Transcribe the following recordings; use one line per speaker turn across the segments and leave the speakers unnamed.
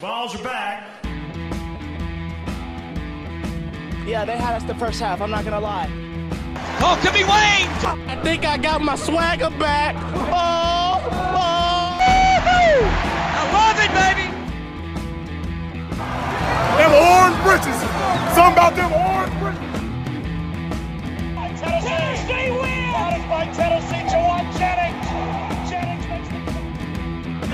Balls are back.
Yeah, they had us the first half. I'm not gonna lie.
Oh, could be Wayne!
I think I got my swagger back. Oh, oh.
I love it, baby!
Them orange britches. Something about them orange britches.
Tennessee, they win! Spotted by Tennessee, Jawan Jennings. Jennings makes the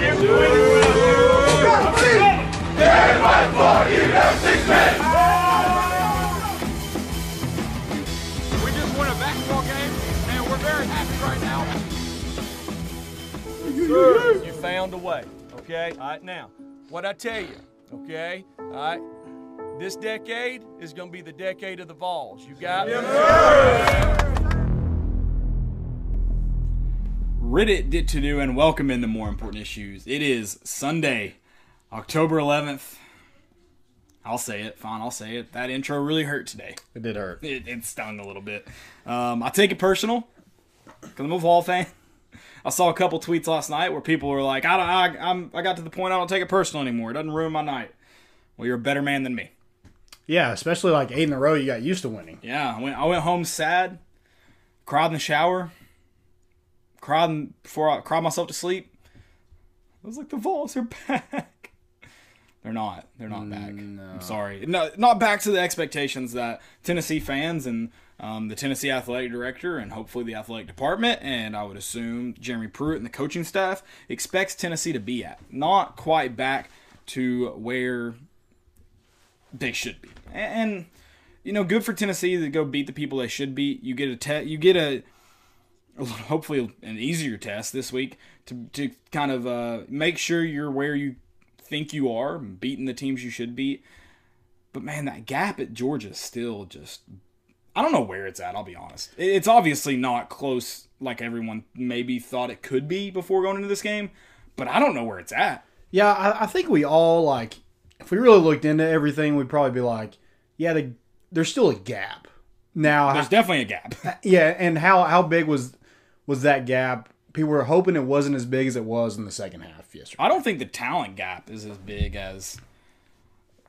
We just won a basketball game, and we're very happy right now.
Sir, you found a way, okay? All right, now, what I tell you, okay? All right, this decade is going to be the decade of the Vols. You got me?
Reddit did to do and welcome in the more important issues. It is Sunday, October 11th. I'll say it. Fine, I'll say it. That intro really hurt today.
It did hurt.
It, it stung a little bit. Um, I take it personal because I'm a Vol fan. I saw a couple tweets last night where people were like, I, don't, I, I'm, I got to the point I don't take it personal anymore. It doesn't ruin my night. Well, you're a better man than me.
Yeah, especially like eight in a row, you got used to winning.
Yeah, I went, I went home sad, cried in the shower, cried in- before I cried myself to sleep. I was like, the Vols are back. They're not. They're not back. I'm sorry. No, not back to the expectations that Tennessee fans and um, the Tennessee athletic director and hopefully the athletic department and I would assume Jeremy Pruitt and the coaching staff expects Tennessee to be at. Not quite back to where they should be. A- and you know, good for Tennessee to go beat the people they should beat. You get a te- you get a hopefully an easier test this week to to kind of uh, make sure you're where you think you are, beating the teams you should beat. But man, that gap at Georgia is still just I don't know where it's at, I'll be honest. It- It's obviously not close like everyone maybe thought it could be before going into this game, but I don't know where it's at.
Yeah, I, I think we all like if we really looked into everything, we'd probably be like, yeah, the, there's still a gap. Now,
There's definitely a gap.
yeah, and how how big was was that gap? People were hoping it wasn't as big as it was in the second half yesterday.
I don't think the talent gap is as big as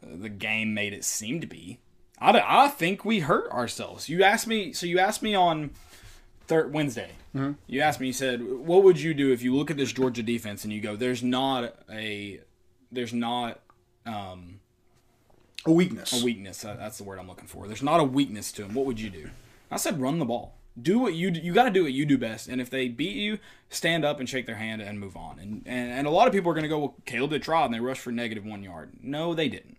the game made it seem to be. I, don't- I think we hurt ourselves. You asked me, so you asked me on thir- Wednesday. You asked me, you said, what would you do if you look at this Georgia defense and you go, there's not a, there's not
A weakness.
a weakness. That- That's the word I'm looking for. There's not a weakness to him. What would you do? I said run the ball. Do what you do. you got to do what you do best. And if they beat you, stand up and shake their hand and move on. And and, and a lot of people are going to go, well, Caleb did try and they rushed for negative one yard. No, they didn't.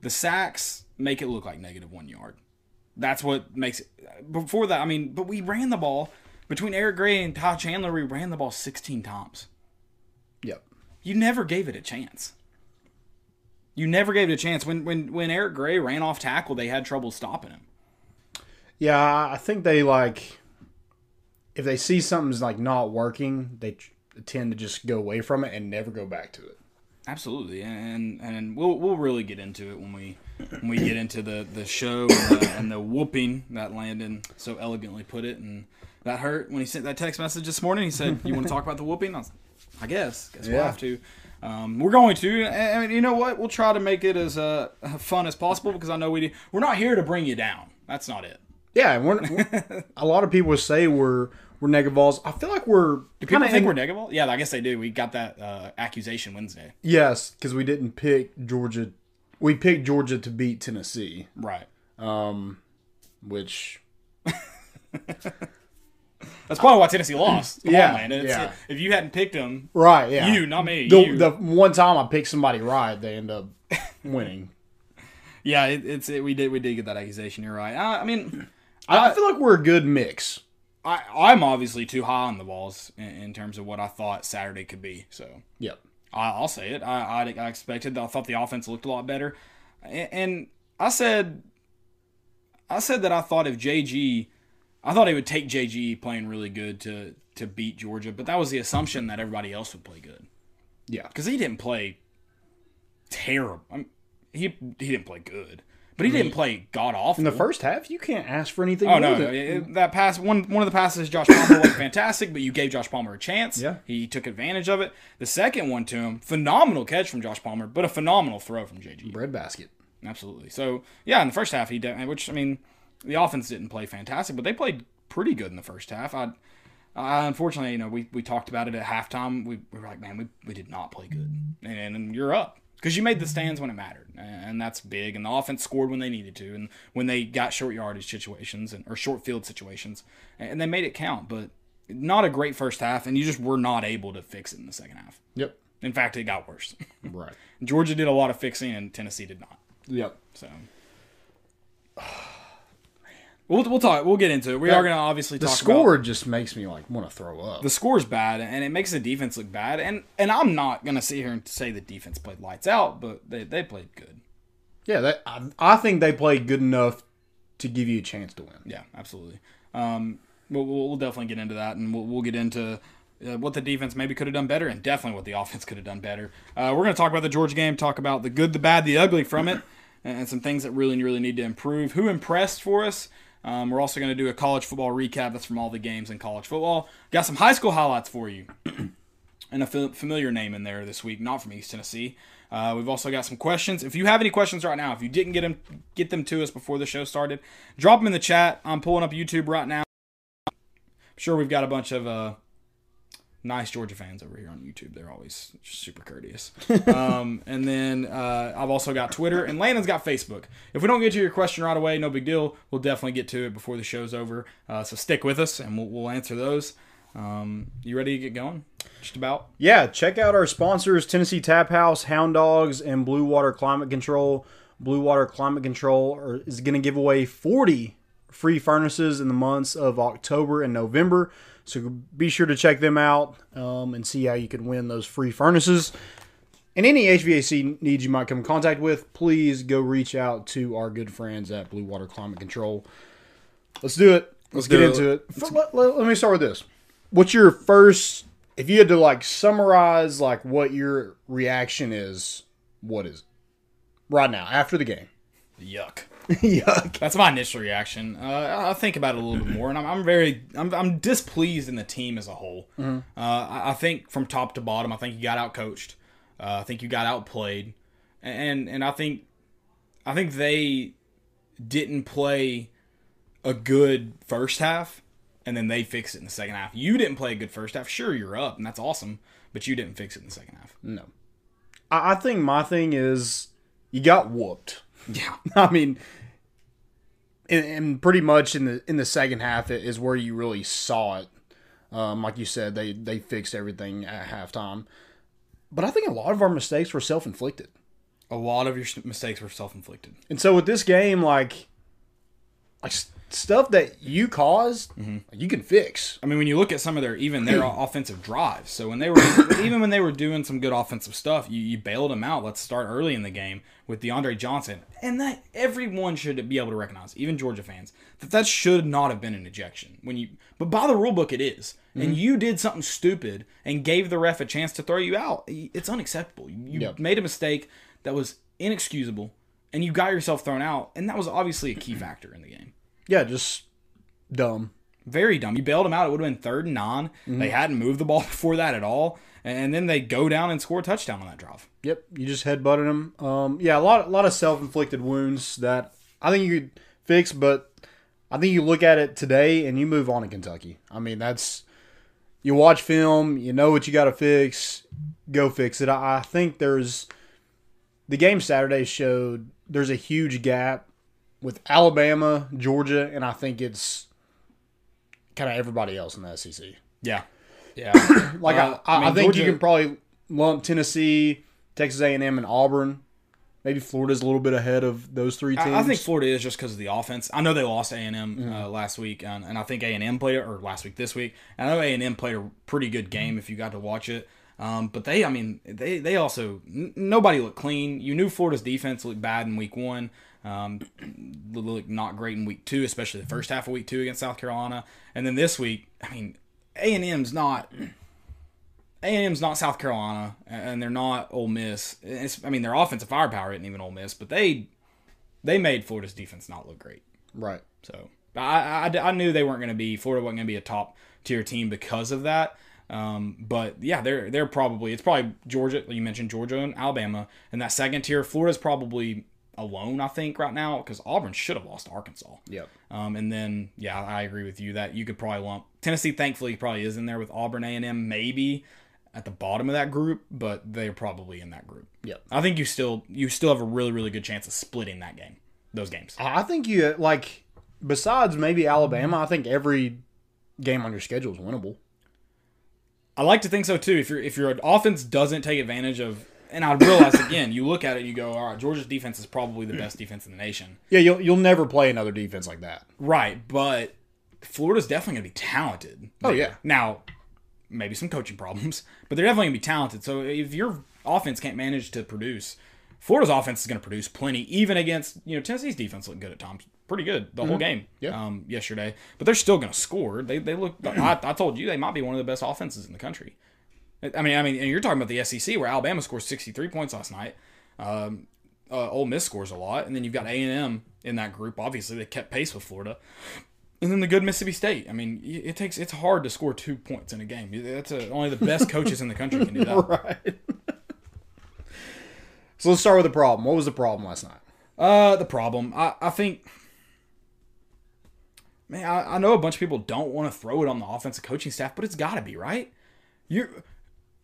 The sacks make it look like negative one yard. That's what makes it. Before that, I mean, but we ran the ball between Eric Gray and Ty Chandler. We ran the ball 16 times.
Yep.
You never gave it a chance. You never gave it a chance. When when when Eric Gray ran off tackle, they had trouble stopping him.
Yeah, I- I think they like if they see something's like not working, they tr- tend to just go away from it and never go back to it.
Absolutely, and and we'll we'll really get into it when we when we get into the the show and the, and the whooping that Landon so elegantly put it, and that hurt when he sent that text message this morning. He said, "You want to talk about the whooping?" I was, like, I guess, guess we'll
Yeah.
have to. Um, we're going to, and, and you know what? We'll try to make it as uh, fun as possible because I know we do, we're not here to bring you down. That's not it.
Yeah, and we're, a lot of people say we're we're negative balls. I feel like we're
People
kinda
think
in-
we're negative. Yeah, I guess they do. We got that uh, accusation Wednesday.
yes because we didn't pick Georgia. We picked Georgia to beat Tennessee,
Right.
which
That's probably why Tennessee lost. Come
Yeah,
on, man. It's-
yeah.
If you hadn't picked them,
right yeah
You, not me,
The,
you.
the one time I picked somebody right, they end up winning.
yeah, it, it's it, we did we did get that accusation. You're right. I, I mean,
I, I feel like we're a good mix.
I I'm obviously too high on the balls in, in terms of what I thought Saturday could be. So
Yep.
I, I'll say it. I, I I expected. I thought the offense looked a lot better, and, and I said, I said that I thought if JG, I thought it would take JG playing really good to to beat Georgia, but that was the assumption that everybody else would play good.
Yeah.
because he didn't play terrible. I mean, he he didn't play good, But he didn't play god awful.
Mm. In the first mm. half, you can't ask for anything.
Oh no,
more
no,
than-
it- that pass one one of the passes Josh Palmer was fantastic, but you gave Josh Palmer a chance.
Yeah.
he took advantage of it. The second one to him, phenomenal catch from Josh Palmer, but a phenomenal throw from JG.
breadbasket.
Absolutely. So yeah, in the first half he did, which I mean, the offense didn't play fantastic, but they played pretty good in the first half. I, I unfortunately, you know, we, we talked about it at halftime. We, we were like, man, we, we did not play good, and, and you're up because you made the stands when it mattered, and that's big. And the offense scored when they needed to, and when they got short yardage situations and or short field situations, and they made it count. But not a great first half, and you just were not able to fix it in the second half.
Yep.
In fact, it got worse.
Right.
Georgia did a lot of fixing, and Tennessee did not.
Yep.
So, we'll, we'll talk. We'll get into it. We are going to obviously
The
talk
score
About,
just makes me like want to throw up.
the score's bad, and it makes the defense look bad. And and I'm not going to sit here and say the defense played lights out, but they, they played good.
yeah, that, I, I think they played good enough to give you a chance to win.
Yeah, absolutely. Um, we'll, we'll we'll definitely get into that, and we'll, we'll get into uh, what the defense maybe could have done better, and definitely what the offense could have done better. Uh, we're going to talk about the Georgia game, talk about the good, the bad, the ugly from it, and, and some things that really, really need to improve. Who impressed for us? Um, we're also going to do a college football recap. That's from all the games in college football. Got some high school highlights for you and a fa- familiar name in there this week, not from East Tennessee. Uh, we've also got some questions. If you have any questions right now, if you didn't get them, get them to us before the show started, drop them in the chat. I'm pulling up YouTube right now. I'm sure we've got a bunch of uh, nice Georgia fans over here on YouTube. They're always just super courteous. um, and then uh, I've also got Twitter, and Landon's got Facebook. If we don't get to your question right away, no big deal. We'll definitely get to it before the show's over. Uh, so stick with us, and we'll, we'll answer those. Um, you ready to get going? Just about.
Yeah, check out our sponsors Tennessee Tap House, Hound Dogs, and Blue Water Climate Control. Blue Water Climate Control are- is going to give away 40 free furnaces in the months of October and November. So be sure to check them out um, and see how you can win those free furnaces. And any HVAC needs you might come in contact with, please go reach out to our good friends at Blue Water Climate Control. Let's do it. Let's, get
do it.
into it. F- let- let- let me start with this. What's your first if you had to like summarize like what your reaction is, what is it? Right now, after the game.
Yuck.
Yuck.
That's my initial reaction. Uh, I'll think about it a little bit more, and I'm, I'm very, I'm, I'm displeased in the team as a whole. Uh, I, I think from top to bottom, I think you got outcoached. Uh, I think you got outplayed, and and I think, I think they didn't play a good first half, and then they fixed it in the second half. You didn't play a good first half. Sure, you're up, and that's awesome, but you didn't fix it in the second half.
No. I, I think my thing is you got whooped.
Yeah,
I mean and, and pretty much in the in the second half it is where you really saw it. Um, like you said, they they fixed everything at halftime. But I think a lot of our mistakes were self inflicted.
a lot of your s- mistakes were self inflicted.
And so with this game, like, like s- stuff that you caused, you can fix.
I mean, when you look at some of their even their offensive drives, so when they were even when they were doing some good offensive stuff, you, you bailed them out. Let's start early in the game with DeAndre Johnson, and that everyone should be able to recognize, even Georgia fans, that that should not have been an ejection. When you, but by the rule book, it is. and you did something stupid and gave the ref a chance to throw you out. It's unacceptable. You
Yep.
made a mistake that was inexcusable, and you got yourself thrown out, and that was obviously a key factor in the game
Yeah, just dumb.
very dumb. You bailed them out. It would have been third and 9 They hadn't moved the ball before that at all, and then they go down and score a touchdown on that drive.
Yep, you just headbutted him. Um, yeah, a lot, a lot of self inflicted wounds that I think you could fix, but I think you look at it today and you move on to Kentucky. I mean, that's you watch film, you know what you got to fix, go fix it. I, I think there's the game Saturday showed there's a huge gap with Alabama, Georgia, and I think it's kind of everybody else in the E SEC.
Yeah, yeah.
Like
Uh,
I, I,
I
I,
mean,
think you
Georgia-
can probably lump Tennessee, Texas A and M, and Auburn. Maybe Florida's a little bit ahead of those three teams.
I, I think Florida is just because of the offense. I know they lost A and M uh, last week, and, and I think A and M played it or last week this week. And I know A and M played a pretty good game if you got to watch it. Um, but they, I mean, they they also n- nobody looked clean. You knew Florida's defense looked bad in week one. Um, looked not great in week two, especially the first half of week two against South Carolina. And then this week, I mean, A and M's not A&M's not South Carolina, and they're not Ole Miss. It's, I mean, their offensive firepower isn't even Ole Miss, but they They made Florida's defense not look great.
Right.
So I, I, I knew they weren't going to be Florida wasn't going to be a top tier team because of that. Um, but yeah, they're they're probably it's probably Georgia. You mentioned Georgia and Alabama, and that second tier. Florida's probably alone, I think, right now because Auburn should have lost to Arkansas.
Yep.
Um, and then yeah, I agree with you that you could probably lump Tennessee. Thankfully, probably is in there with Auburn, A and M, maybe at the bottom of that group, but they're probably in that group.
Yep.
I think you still you still have a really really good chance of splitting that game, those games.
I think you like besides maybe Alabama, I think every game on your schedule is winnable.
I like to think so too. If your if your offense doesn't take advantage of, and I realize again, you look at it, and you go, all right, Georgia's defense is probably the best defense in the nation,
Yeah, you'll you'll never play another defense like that.
right? But Florida's definitely gonna be talented.
Oh, yeah.
Now, maybe some coaching problems, but they're definitely gonna be talented. So if your offense can't manage to produce, Florida's offense is gonna produce plenty, even against you know Tennessee's defense looked good at times, pretty good the whole game.
Mm-hmm. Yeah.
Um, yesterday, but they're still gonna score. They they look. I, I told you they might be one of the best offenses in the country. I mean, I mean, and you're talking about the SEC where Alabama scores 63 points last night. Um, uh, Ole Miss scores a lot, and then you've got A and M in that group. Obviously, they kept pace with Florida, and then the good Mississippi State. I mean, y- it takes it's hard to score two points in a game. That's a, only the best coaches in the country can do that.
So let's start with the problem. What was the problem last night?
Uh, the problem, I, I think, man, I, I know a bunch of people don't want to throw it on the offensive coaching staff, but it's got to be right. You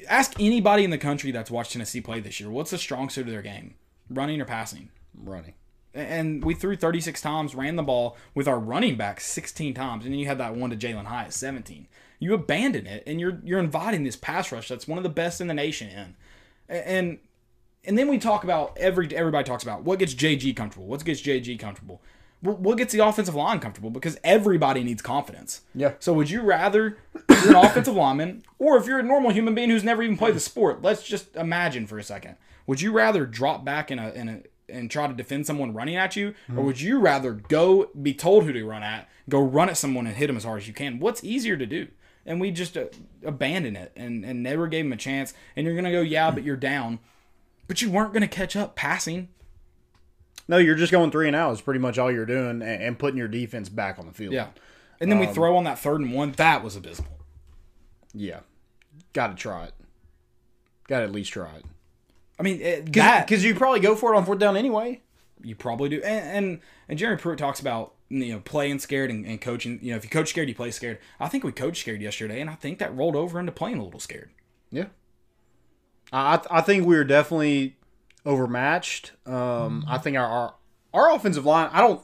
ask anybody in the country that's watched Tennessee play this year, what's the strong suit of their game, running or passing?
Running.
And we threw 36 times, ran the ball with our running back 16 times, and then you had that one to Jalen Hyatt 17. You abandon it, and you're you're inviting this pass rush that's one of the best in the nation in, A- and and then we talk about every everybody talks about what gets JG comfortable, what gets JG comfortable, what what gets the offensive line comfortable because everybody needs confidence.
Yeah.
So would you rather you're an offensive lineman, or if you're a normal human being who's never even played the sport, let's just imagine for a second, would you rather drop back in a in a and try to defend someone running at you, or would you rather go be told who to run at, go run at someone and hit them as hard as you can? What's easier to do? And we just uh, abandon it and, and never gave him a chance. And you're gonna go, yeah, but you're down but you weren't going to catch up passing.
No, you're just going three and out is pretty much all you're doing and, and putting your defense back on the field.
And then we throw on that third and one. That was abysmal.
Yeah. Gotta try it. Gotta at least try it.
I mean, it, that
Because you probably go for it on fourth down anyway.
you probably do. And, and and Jerry Pruitt talks about you know playing scared and, and coaching. You know, if you coach scared, you play scared. I think we coached scared yesterday, and I think that rolled over into playing a little scared.
Yeah. I I th- I think we were definitely overmatched. Um, I think our, our our offensive line. I don't.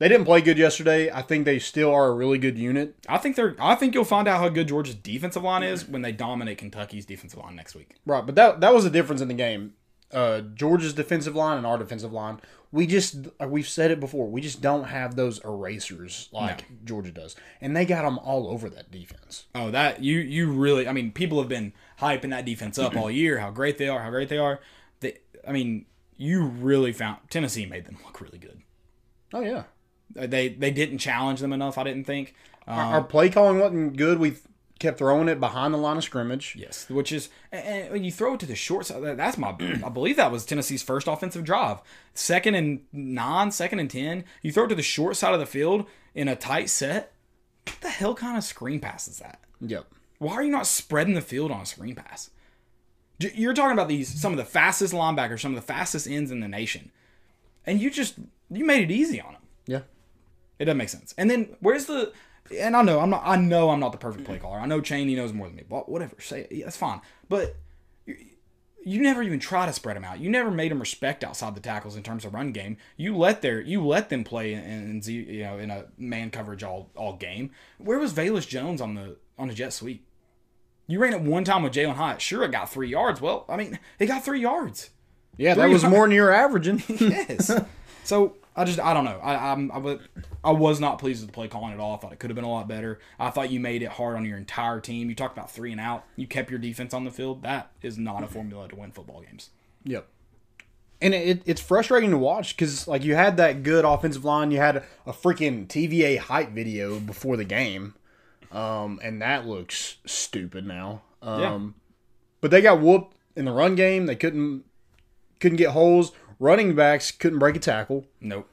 They didn't play good yesterday. I think they still are a really good unit.
I think they're. I think you'll find out how good Georgia's defensive line is when they dominate Kentucky's defensive line next week.
Right, but that that was the difference in the game. Uh, Georgia's defensive line and our defensive line. We just uh, we've said it before. We just don't have those erasers like Georgia does, and they got them all over that defense.
Oh, that you you really. I mean, people have been hyping that defense up all year. How great they are. How great they are. They, I mean, you really found Tennessee made them look really good.
Oh yeah,
Uh, they they didn't challenge them enough. I didn't think. Um,
our play calling wasn't good. We kept throwing it behind the line of scrimmage.
yes, which is and, and when you throw it to the short side, that- that's my I believe that was Tennessee's first offensive drive. Second and nine, second and ten. You throw it to the short side of the field in a tight set. What the hell kind of screen pass is that?
Yep.
Why are you not spreading the field on a screen pass? J- You're talking about these some of the fastest linebackers, some of the fastest ends in the nation, and you just you made it easy on them.
Yeah.
It doesn't make sense. And then where's the? And I know I'm not. I know I'm not the perfect play caller. I know Cheney knows more than me. But whatever, say it. Yeah, that's fine. But you, you never even try to spread them out. You never made them respect outside the tackles in terms of run game. You let their you let them play in, in ze- you know in a man coverage all all game. Where was Valus Jones on the on the jet sweep? You ran it one time with Jalen Hyatt. Sure, it got three yards. Well, I mean, it got three yards.
Yeah, that was more than you were averaging.
Yes. so I just I don't know. I I'm, I was I was not pleased with the play calling at all. I thought it could have been a lot better. I thought you made it hard on your entire team. You talked about three and out. You kept your defense on the field. That is not a formula to win football games.
Yep. And it, it's frustrating to watch because like you had that good offensive line, you had a freaking TVA hype video before the game, um, and that looks stupid now. Um, But they got whooped in the run game. They couldn't couldn't get holes. Running backs couldn't break a tackle. Um,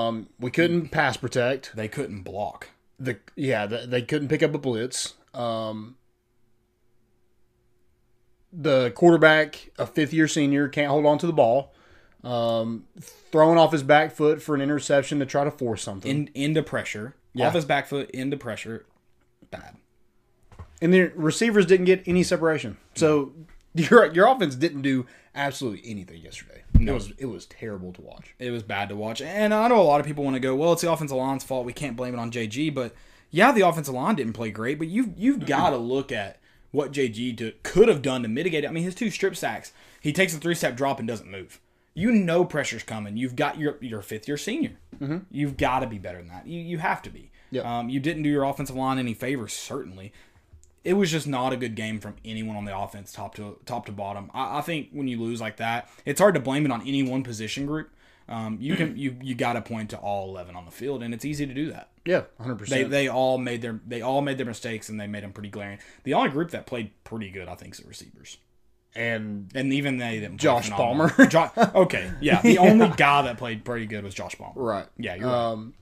Nope.
We couldn't pass protect.
They couldn't block.
The yeah, the, they couldn't pick up a blitz. Um, the quarterback, a fifth-year senior, can't hold on to the ball. Um, throwing off his back foot for an interception to try to force something.
In into pressure.
Yeah.
Off his back foot, into pressure. Bad.
and the receivers didn't get any separation. So your your offense didn't do absolutely anything yesterday. It was it was terrible to watch.
It was bad to watch. And I know a lot of people want to go, well, it's the offensive line's fault. We can't blame it on JG. But yeah, the offensive line didn't play great. But you've you've got to look at what JG do- could have done to mitigate it. I mean, his two strip sacks. He takes a three step drop and doesn't move. You know pressure's coming. You've got your your fifth year senior. You've got to be better than that. You you have to be.
Yep.
Um, you didn't do your offensive line any favors, certainly it was just not a good game from anyone on the offense, top to top to bottom. I, I think when you lose like that, it's hard to blame it on any one position group. Um, you
Mm-hmm.
can you you got to point to all eleven on the field, and it's easy to do that.
Yeah, hundred
They
percent.
they all made their they all made their mistakes, and they made them pretty glaring. The only group that played pretty good, I think, is the receivers,
And
and even they didn't. play
Josh
phenomenal.
Palmer.
Jo- okay, yeah, the only guy that played pretty good was Josh Palmer.
right,
Yeah, you're right.
um,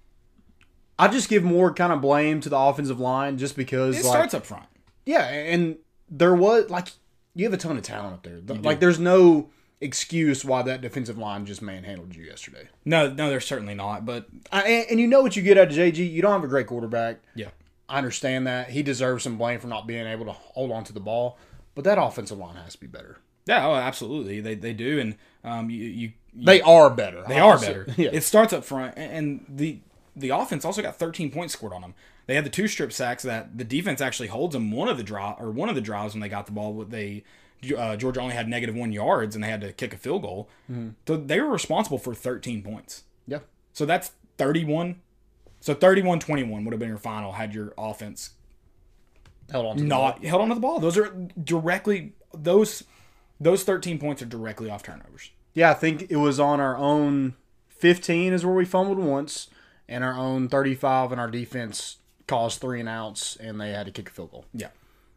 I just give more kind of blame to the offensive line just because
It
like
starts up front.
yeah, and there was like you have a ton of talent up there. like there's no excuse why that defensive line just manhandled you yesterday.
No, no, they're certainly not. But
I, and, and you know what you get out of JG. You don't have a great quarterback.
yeah,
I understand that he deserves some blame for not being able to hold on to the ball, but that offensive line has to be better.
yeah, oh, absolutely, they they do, and um, you you. you
They are better.
They are better.
Oh, Yeah.
It starts up front, and- and the the offense also got 13 points scored on them. They had the two strip sacks that the defense actually holds them. One of the draw or one of the drives when they got the ball, what they uh, Georgia only had negative one yards, and they had to kick a field goal. So they were responsible for 13 points.
yeah.
So that's 31. So 31 21 would have been your final had your offense
Held on to
not held onto the ball. Those are directly those those 13 points are directly off turnovers.
Yeah, I think it was on our own 15 is where we fumbled once, and our own 35 and our defense caused three and outs, and they had to kick a field goal.
Yeah.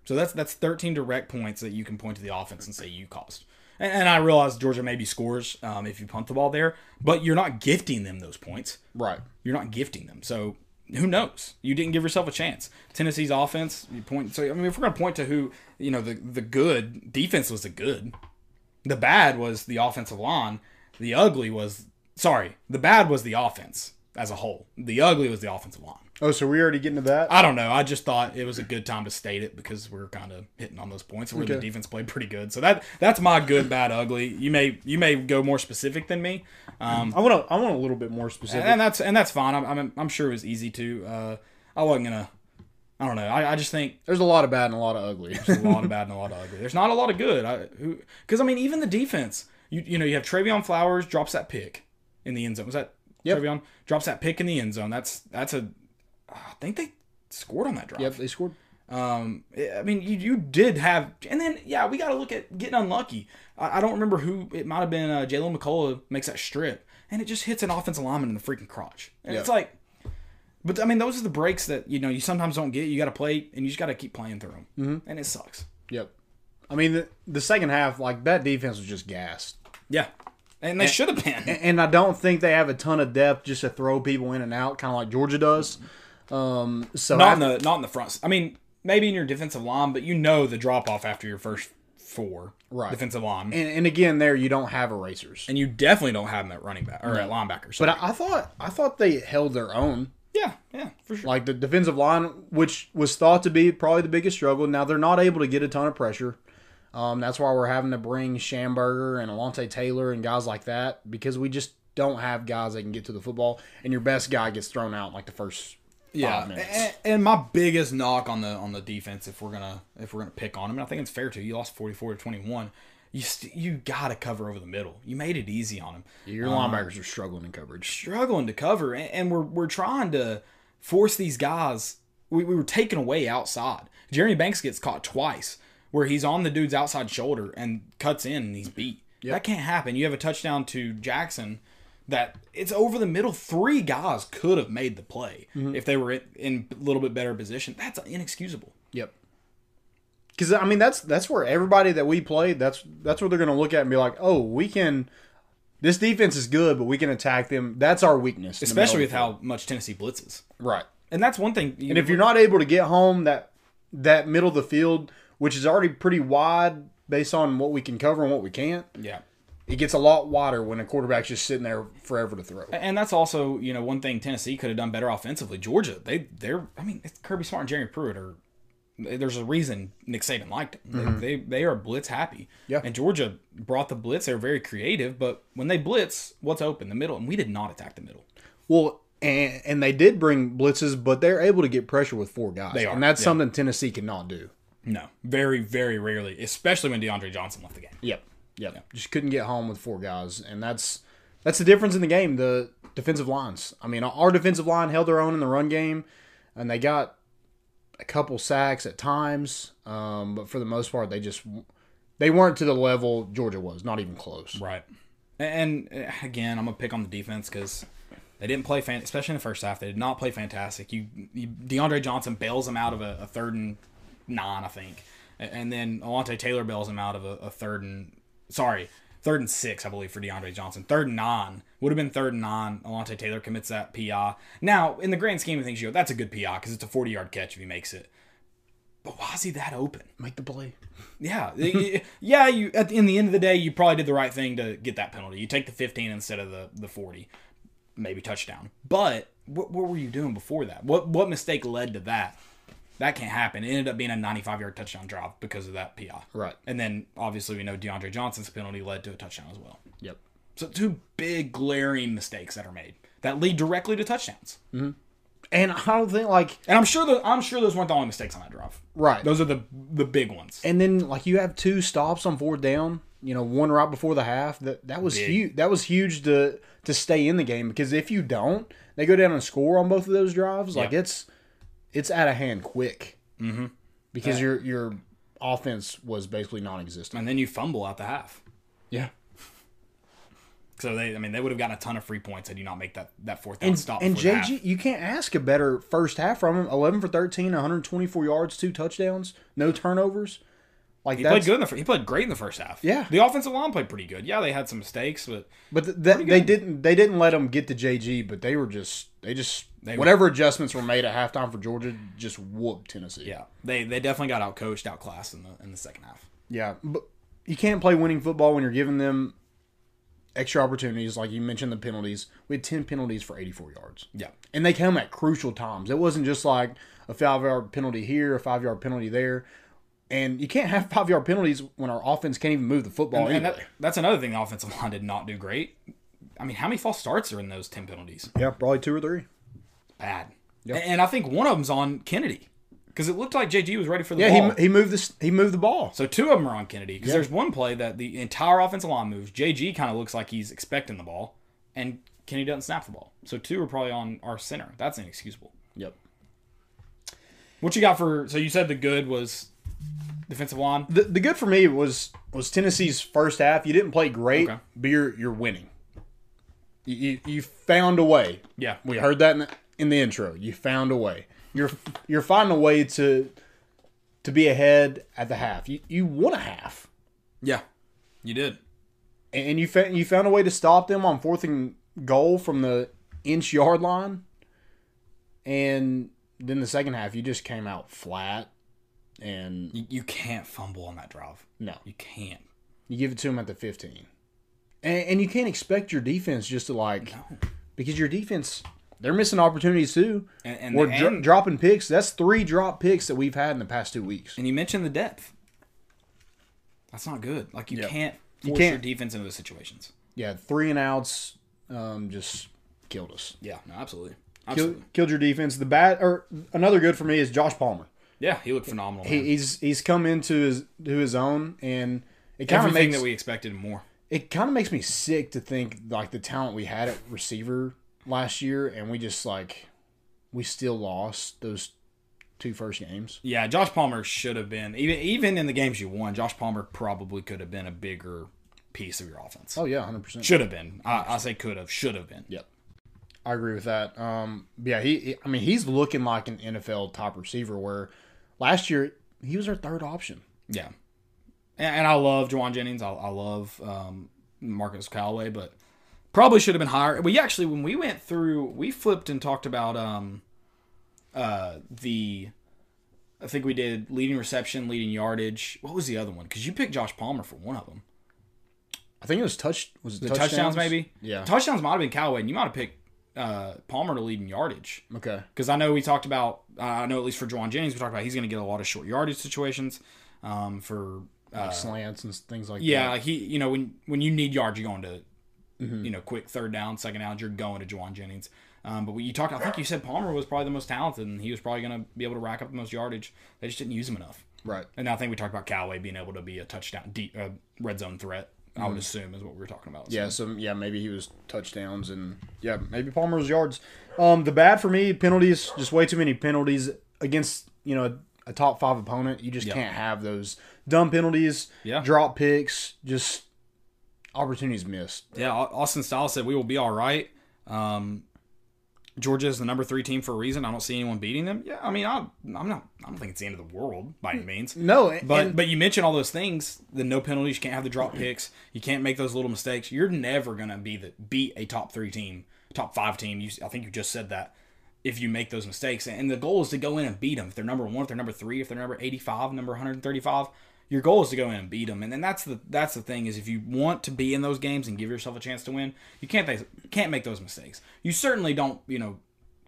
So that's that's 13 direct points that you can point to the offense and say you caused. And, and I realize Georgia maybe scores um, if you punt the ball there, but you're not gifting them those points.
Right.
You're not gifting them. So who knows? You didn't give yourself a chance. Tennessee's offense, you point. So I mean, if we're gonna point to who, you know, the the good defense was the good, the bad was the offensive line, the ugly was sorry, the bad was the offense as a whole. The ugly was the offensive line.
Oh, so we already getting to that?
I don't know. I just thought it was a good time to state it because we are kind of hitting on those points where the
Okay.
defense played pretty good. So that that's my good, bad, ugly. You may you may go more specific than me, um,
I want to. I want a little bit more specific.
and that's and that's fine. I'm, I'm I'm sure it was easy to. Uh, I wasn't gonna. I don't know. I, I just think
There's a lot of bad and a lot of ugly.
a lot of bad and a lot of ugly. There's not a lot of good. I because I mean even the defense. You you know you have Travion Flowers drops that pick in the end zone. Was that
Yep.
Travion drops that pick in the end zone? That's that's a. I think they scored on that drive.
yep, they scored.
Um, I mean, you, you did have, and then yeah, we got to look at getting unlucky. I, I don't remember who it might have been. Uh, Jalen McCullough makes that strip, and it just hits an offensive lineman in the freaking crotch, and it's
Yeah.
like, but I mean, those are the breaks that you know you sometimes don't get. You got to play, and you just got to keep playing through them, mm-hmm. and it sucks.
Yep. I mean, the, the second half, like that defense was just gassed.
Yeah, and they should have been.
and I don't think they have a ton of depth just to throw people in and out, kind of like Georgia does. Um, so
not in
after-
the not in the front. I mean, maybe in your defensive line, but you know the drop off after your first four
Right.
defensive line, and,
and, and again, there you don't have erasers.
you definitely don't have them at running back or at linebacker.
But
sorry.
I, I thought I thought they held their own,
yeah, yeah, for sure.
like the defensive line, which was thought to be probably the biggest struggle. Now they're not able to get a ton of pressure. Um, that's why we're having to bring Shamberger and Alante Taylor and guys like that because we just don't have guys that can get to the football, and your best guy gets thrown out in, like the first
yeah, Eh.
five minutes.
And, and my biggest knock on the on the defense, if we're gonna if we're gonna pick on them, and I think it's fair to you lost forty four to twenty one. You st- you gotta cover over the middle. You made it easy on them.
Your linebackers are struggling in coverage.
Struggling to cover, and, and we're we're trying to force these guys. We, we were taken away outside. Jeremy Banks gets caught twice where he's on the dude's outside shoulder and cuts in and he's beat. That can't happen. You have a touchdown to Jackson that it's over the middle. Three guys could have made the play
Mm-hmm.
if they were in, in a little bit better position. That's inexcusable.
Yep. Because I mean, that's that's where everybody that we played, that's that's where they're going to look at and be like, oh, we can This defense is good, but we can attack them. That's our weakness, in the
especially with
middle
how much Tennessee
of
blitzes.
the field. right.
And that's one thing.
And if you're not able to get home that that middle of the field, which is already pretty wide based on what we can cover and what we can't,
yeah.
it gets a lot wider when a quarterback's just sitting there forever to throw.
And that's also, you know, one thing Tennessee could have done better offensively. Georgia, they they're I mean, it's Kirby Smart and Jerry Pruitt are there's a reason Nick Saban liked them. They, they they are blitz happy.
Yeah.
And Georgia brought the blitz. They're very creative, but when they blitz, what's open? The middle. And we did not attack the middle.
Well, and, and they did bring blitzes, but they're able to get pressure with four guys.
They are,
and that's
yeah.
something Tennessee cannot do.
No. Very, very rarely, especially when DeAndre Johnson left the game.
Yep. Yep. Just couldn't get home with four guys, and that's that's the difference in the game. The defensive lines. I mean, our defensive line held their own in the run game, and they got a couple sacks at times, um, but for the most part, they just they weren't to the level Georgia was. Not even close.
Right. And uh, again, I'm gonna pick on the defense because they didn't play fan, especially in the first half. They did not play fantastic. You, you DeAndre Johnson bails them out of a, a third and nine, I think, A- and then Alante Taylor bails him out of a, a third and sorry, third and six, I believe, for DeAndre Johnson. Third and nine would have been third and nine. Alante Taylor commits that PI. Now, in the grand scheme of things, you go, that's a good PI because it's a 40 yard catch if he makes it. But why is he that open?
Make the play.
Yeah, Y- y- yeah. You at the, in the end of the day, you probably did the right thing to get that penalty. You take the 15 instead of the the 40, maybe touchdown. But what, what were you doing before that? What what mistake led to that? That can't happen. It ended up being a 95 yard touchdown drive because of that PI.
Right.
And then obviously we know DeAndre Johnson's penalty led to a touchdown as well.
Yep.
So two big glaring mistakes that are made that lead directly to touchdowns.
And I don't think like
And I'm sure the, I'm sure those weren't the only mistakes on that drive.
Right.
Those are the the big ones.
and then like you have two stops on fourth down. You know, one right before the half. That that was huge. That was huge to to stay in the game because if you don't, they go down and score on both of those drives. Like
Yeah.
it's it's out of hand quick. Mm-hmm. Because your your offense was basically non-existent.
and then you fumble out the half.
Yeah.
So they, I mean, they would have gotten a ton of free points had you not make that that fourth down
And,
stop.
and
before the
JG,
half.
you can't ask a better first half from him. 11 for 13, 124 yards, two touchdowns, no turnovers. Like
he played
that's
good in the fir- he played great in the first half.
Yeah.
the offensive line played pretty good. Yeah, they had some mistakes, but
But th- that, they didn't they didn't let them get to JG, but they were just they just
They
whatever adjustments were made at halftime for Georgia just whooped Tennessee.
yeah, they they definitely got out coached, outclassed in the in the second half.
yeah. But you can't play winning football when you're giving them extra opportunities, like you mentioned the penalties. We had ten penalties for 84 yards,
Yeah,
and they came at crucial times. It wasn't just like a five yard penalty here, a five yard penalty there, and you can't have five yard penalties when our offense can't even move the football.
and
anyway.
that, that's another thing the offensive line did not do great. I mean, how many false starts are in those ten penalties?
yeah, probably two or three.
Bad. And, and I think one of them's on Kennedy because it looked like JG was ready for the ball.
Yeah, he, he moved this. He moved the ball.
So two of them are on Kennedy because there's one play that the entire offensive line moves. JG kind of looks like he's expecting the ball, and Kennedy doesn't snap the ball. So two are probably on our center. That's inexcusable.
Yep.
What you got for? So you said the good was defensive line.
the, the good for me was was Tennessee's first half. You didn't play great,
Okay.
but you're you're winning. You, you you found a way.
Yeah,
We heard that in the, in the intro. You found a way. You're you're finding a way to to be ahead at the half. You you won a half,
yeah, you did.
and you found you found a way to stop them on fourth and goal from the inch yard line. And then the second half, you just came out flat, and
You, you can't fumble on that drive.
no,
You can't.
You give it to them at the 15. And, and you can't expect your defense just to like because your defense they're missing opportunities too.
And- and-
or dro-
and-
dropping picks. That's three drop picks that we've had in the past two weeks.
And you mentioned the depth. That's not good. Like you can't force
can't.
your defense into those situations.
Yeah, three and outs um, just killed us.
Yeah, no, absolutely,
Kill,
absolutely.
killed your defense. The bat or another good for me is Josh Palmer.
Yeah, he looked phenomenal.
He,
man.
he's he's come into his to his own and it kind of
Everything
makes
that we expected and more.
it kind of makes me sick to think like the talent we had at receiver last year and we just like we still lost those two first games
Yeah, Josh Palmer should have been even even in the games you won. Josh Palmer probably could have been a bigger piece of your offense.
oh yeah 100%
Should have been. I, I say could have. Should have been.
yep i agree with that um yeah he, he- i mean he's looking like an nfl top receiver where last year he was our third option
Yeah. And, and I love Juwan Jennings. I, I love um, Marcus Callaway, but Probably should have been higher. We actually, when we went through, we flipped and talked about um, uh, the. I think we did leading reception, leading yardage. What was the other one? Because you picked Josh Palmer for one of them.
I think it was touch. Was it
The touchdowns, maybe.
Yeah.
touchdowns might have been Callaway, and you might have picked uh, Palmer to lead in yardage.
okay.
because I know we talked about. uh, I know at least for Juwan Jennings, we talked about he's going to get a lot of short yardage situations. Um, for uh,
Slants and things like
yeah,
that.
like he, you know, when when you need yards, you're going to,
Mm-hmm.
you know, quick third down, second down, you're going to Juwan Jennings. Um, but when you talked, I think you said Palmer was probably the most talented, and he was probably going to be able to rack up the most yardage. They just didn't use him enough.
Right.
And I think we talked about Callaway being able to be a touchdown, deep, uh, red zone threat. I would assume is what we were talking about. So-
Mm-hmm. Yeah, so yeah, maybe he was touchdowns and yeah, maybe Palmer's yards. Um, the bad for me penalties, just way too many penalties against you know a top five opponent. You just can't have those dumb penalties,
Yeah.
drop picks, just opportunities missed.
Yeah, Au- Austin Styles said we will be all right. Um, Georgia is the number three team for a reason. I don't see anyone beating them. Yeah, I mean, I, I'm not. I don't think it's the end of the world by any means.
No, and-
but
and-
but you mentioned all those things. The no penalties. You can't have the drop picks. You can't make those little mistakes. You're never gonna be the beat a top three team, top five team. You, s- I think you just said that. If you make those mistakes, and the goal is to go in and beat them. If they're number one, if they're number three, if they're number eighty-five, number one hundred and thirty-five, your goal is to go in and beat them. And then that's the that's the thing is if you want to be in those games and give yourself a chance to win, you can't face, can't make those mistakes. You certainly don't you know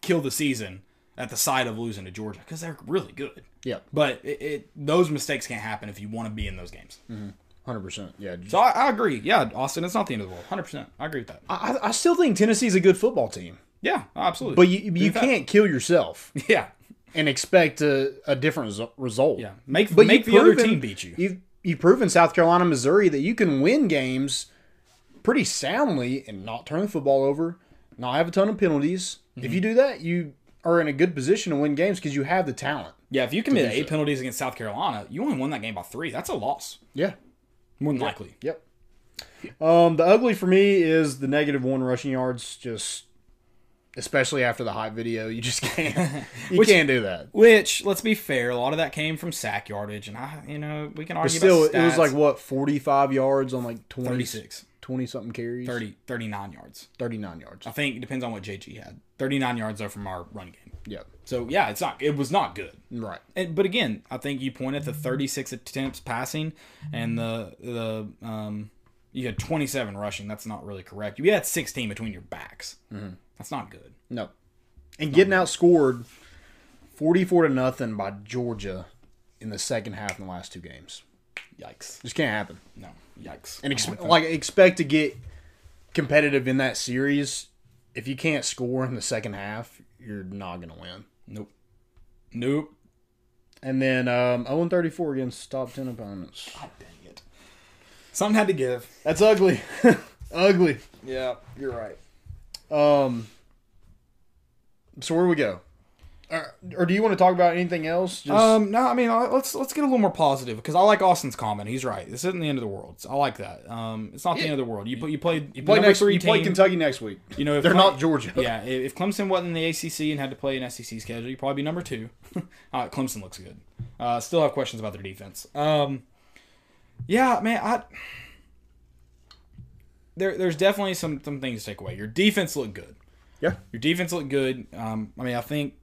kill the season at the sight of losing to Georgia because they're really good.
Yeah.
But it, it those mistakes can't happen if you want to be in those games.
Mm. Hundred percent. Yeah, just-
So I, I agree. Yeah, Austin, it's not the end of the world. Hundred percent, I agree with that.
I, I still think Tennessee's a good football team,
Yeah, absolutely.
but you you
that.
can't kill yourself
yeah,
and expect a, a different resu- result.
yeah. Make
But you've
make the other
proven-
team beat you.
You've you've proven South Carolina, Missouri that you can win games pretty soundly and not turn the football over, not have a ton of penalties. If you
Mhm.
do that, you are in a good position to win games because you have the talent.
Yeah, if you commit eight penalties against South Carolina, you only won that game by three. That's a loss,
Yeah.
more than likely.
Yep. Um, the ugly for me is the negative one rushing yards. Just especially after the hype video, you just can't you can't do that.
Which, let's be fair, a lot of that came from sack yardage, and I, you know, we can argue
Still,
about
it was
stats.
like what forty five yards on like 20,
36,
20 something carries,
30, 39 yards.
39 yards.
I think it depends on what JG had. Thirty nine yards though from our run game.
Yep.
So yeah, it's not. It was not good.
Right.
And, but again, I think you point at the 36 attempts passing and the the um you had 27 rushing. That's not really correct. You had 16 between your backs.
Mm-hmm.
That's not good.
No. And getting outscored 44 to nothing by Georgia in the second half in the last two games.
Yikes.
Just can't happen.
No. Yikes.
And ex- like expect to get competitive in that series. If you can't score in the second half, you're not going to win.
nope. Nope.
And then um, 0 34 against top 10 opponents.
God dang it. Something had to give.
That's ugly. ugly.
Yeah, you're right.
Um, so where do we go? Or, or do you want to talk about anything else? Just,
Um, no, I mean I- let's let's get a little more positive because I like Austin's comment. He's right. This isn't the end of the world. I like that. Um, it's not the end of the world. You put you played you
play
played
next,
three
you play
team.
Kentucky next week.
You know, if
They're
Cle-
not Georgia.
Yeah, i- if Clemson wasn't in the ACC and had to play an SEC schedule, you'd probably be number two. uh, Clemson looks good. Uh, still have questions about their defense. Um, yeah, man, I there, there's definitely some some things to take away. Your defense looked good.
Yeah.
Your defense looked good. Um, I mean, I think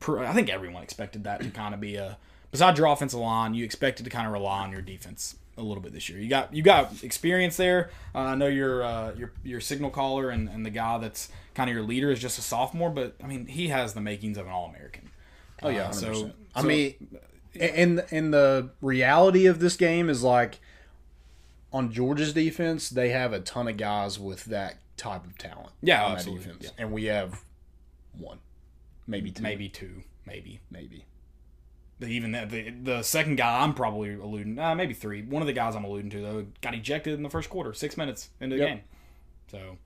pr- I think everyone expected that to kind of be a besides your offensive line, you expected to kind of rely on your defense a little bit this year. You got you got experience there. Uh, I know your uh, your your signal caller and, and the guy that's kind of your leader is just a sophomore, but I mean he has the makings of an All American.
Oh yeah,
Uh,
100%.
so-
I
so-
mean, and and the reality of this game is like on Georgia's defense, they have a ton of guys with that type of talent.
Yeah,
on that
absolutely, yeah.
and we have one, maybe two,
Maybe two, maybe
maybe.
But even the, the the second guy I'm probably alluding, uh, maybe three. One of the guys I'm alluding to though got ejected in the first quarter, six minutes into the
Yep.
game. So,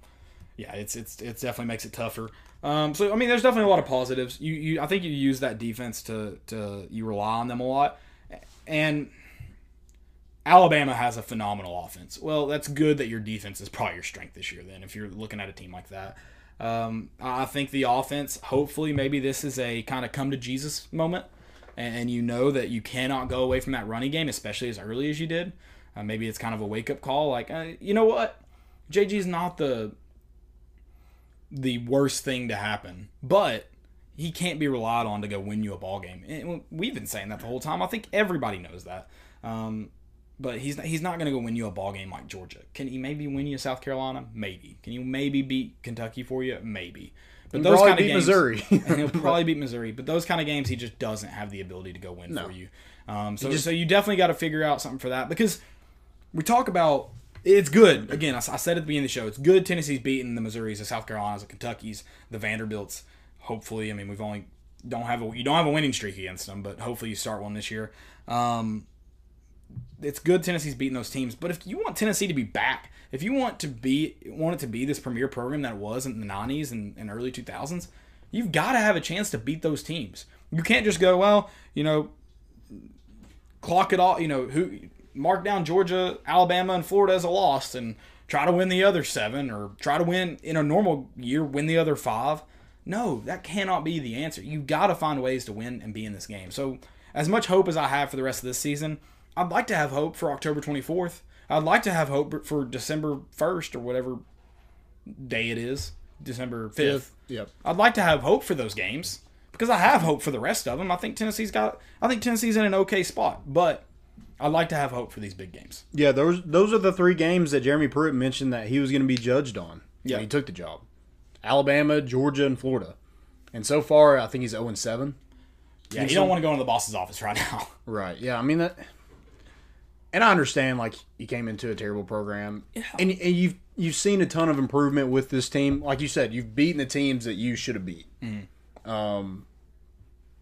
yeah, it's it's it definitely makes it tougher. Um, so I mean, there's definitely a lot of positives. You you I think you use that defense to to you rely on them a lot, and Alabama has a phenomenal offense. Well, that's good that your defense is probably your strength this year. Then, if you're looking at a team like that, um, I I think the offense. Hopefully, maybe this is a kind of come to Jesus moment, and, and you know that you cannot go away from that running game, especially as early as you did. Uh, maybe it's kind of a wake up call, like uh, you know what, JG's not the the worst thing to happen. But he can't be relied on to go win you a ball game. And we've been saying that the whole time. I think everybody knows that. Um, but he's not, he's not going to go win you a ball game like Georgia. Can he maybe win you South Carolina? Maybe. Can you maybe beat Kentucky for you? Maybe. But those
probably
kind of
beat
games,
Missouri.
and he'll probably beat Missouri. But those kind of games, he just doesn't have the ability to go win for you. Um, so, so you definitely got to figure out something for that because we talk about it's good. Again, I, I said at the beginning of the show, it's good Tennessee's beating the Missouris, the South Carolinas, the Kentuckys, the Vanderbilts. Hopefully, I mean we've only don't have a you don't have a winning streak against them, but hopefully you start one this year. Um, it's good Tennessee's beating those teams, but if you want Tennessee to be back, if you want to be want it to be this premier program that it was in the '90s and, and early 2000s, you've got to have a chance to beat those teams. You can't just go, well, you know, clock it all. You know, who mark down Georgia, Alabama, and Florida as a loss, and try to win the other seven, or try to win in a normal year, win the other five. No, that cannot be the answer. You got to find ways to win and be in this game. So, as much hope as I have for the rest of this season, I'd like to have hope for October 24th. I'd like to have hope for December 1st or whatever day it is, December 5th.
Yep.
I'd like to have hope for those games because I have hope for the rest of them. I think Tennessee's got. I think Tennessee's in an okay spot, but I'd like to have hope for these big games.
Yeah, those those are the three games that Jeremy Pruitt mentioned that he was going to be judged on.
Yeah.
when he took the job. Alabama, Georgia, and Florida. And so far, I think he's 0 7.
Yeah, you don't want to go into the boss's office right now.
Right. Yeah. I mean that. And I understand, like you came into a terrible program, and, and you've you've seen a ton of improvement with this team. Like you said, you've beaten the teams that you should have beat. Um,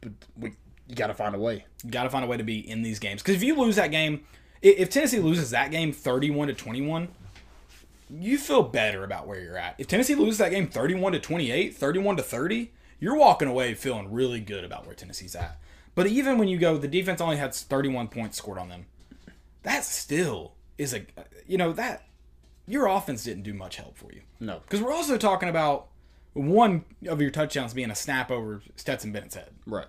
but we you got to find a way.
You got to find a way to be in these games because if you lose that game, i- if Tennessee loses that game thirty-one to twenty-one, you feel better about where you're at. If Tennessee loses that game thirty-one to 28, 31 to thirty, you're walking away feeling really good about where Tennessee's at. But even when you go, the defense only had thirty-one points scored on them. That still is a you know that your offense didn't do much help for you.
No.
Because we're also talking about one of your touchdowns being a snap over Stetson Bennett's head,
Right.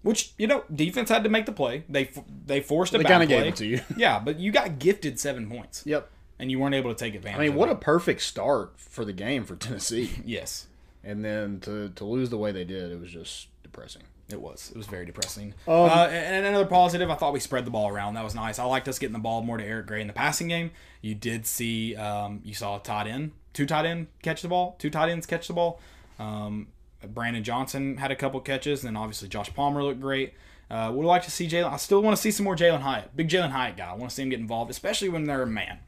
which you know defense had to make the play. They f- they forced a
They
back
kinda gave
play.
it to you.
yeah, but you got gifted seven points.
Yep.
and you weren't able to take advantage.
I mean,
of
what a
it.
perfect start for the game for Tennessee,
yes,
and then to to lose the way they did, it was just depressing.
it was. It was very depressing.
Um,
uh, and and another positive, I thought we spread the ball around. That was nice. I liked us getting the ball more to Eric Gray in the passing game. You did see, um, you saw a tight end, two tight end catch the ball, two tight ends catch the ball. Um, Brandon Johnson had a couple catches, and then obviously Josh Palmer looked great. Uh, would like to see Jalen. I still want to see some more Jalen Hyatt. Big Jalen Hyatt guy. I want to see him get involved, especially when they're a man.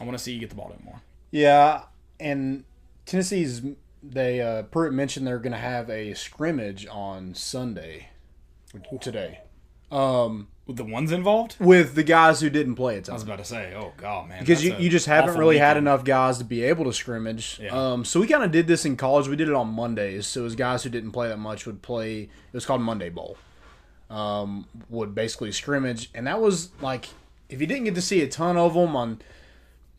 I want to see you get the ball to him more.
Yeah, and Tennessee's they uh, Pruitt mentioned they're going to have a scrimmage on Sunday which- today
The ones involved. I
with the guys who didn't play at time
was about to say, oh god, man,
because
that's
you,
a
you just haven't
awful
really had
weekend.
enough guys to be able to scrimmage.
Yeah.
Um, so we kind of did this in college. We did it on Mondays, so it was guys who didn't play that much would play. It was called Monday Bowl. Um, would basically scrimmage, and that was like if you didn't get to see a ton of them on,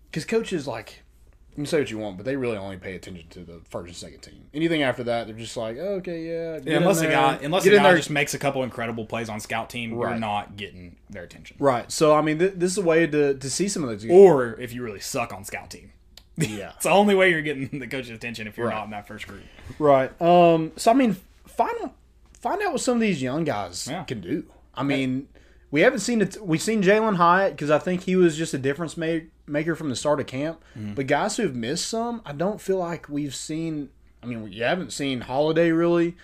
because coaches like. You can say what you want, but they really only pay attention to the first and second team. Anything after that, they're just like, oh, okay, yeah. get
Yeah,
in
unless the
there,
guy, unless
get
the
in
guy
there,
just makes a couple incredible plays on scout team, you're
Right.
not getting their attention.
right. So I mean, th- this is a way to, to see some of those.
Or if you really suck on scout team,
yeah,
it's the only way you're getting the coach's attention if you're
Right.
not in that first group.
Right. Um. So I mean, find out- find out what some of these young guys
Yeah.
can do. I mean, we haven't seen it. We've seen Jalen Hyatt because I think he was just a difference ma- maker from the start of camp.
Mm-hmm.
But guys who've missed some, I don't feel like we've seen. I mean, you haven't seen Holiday really,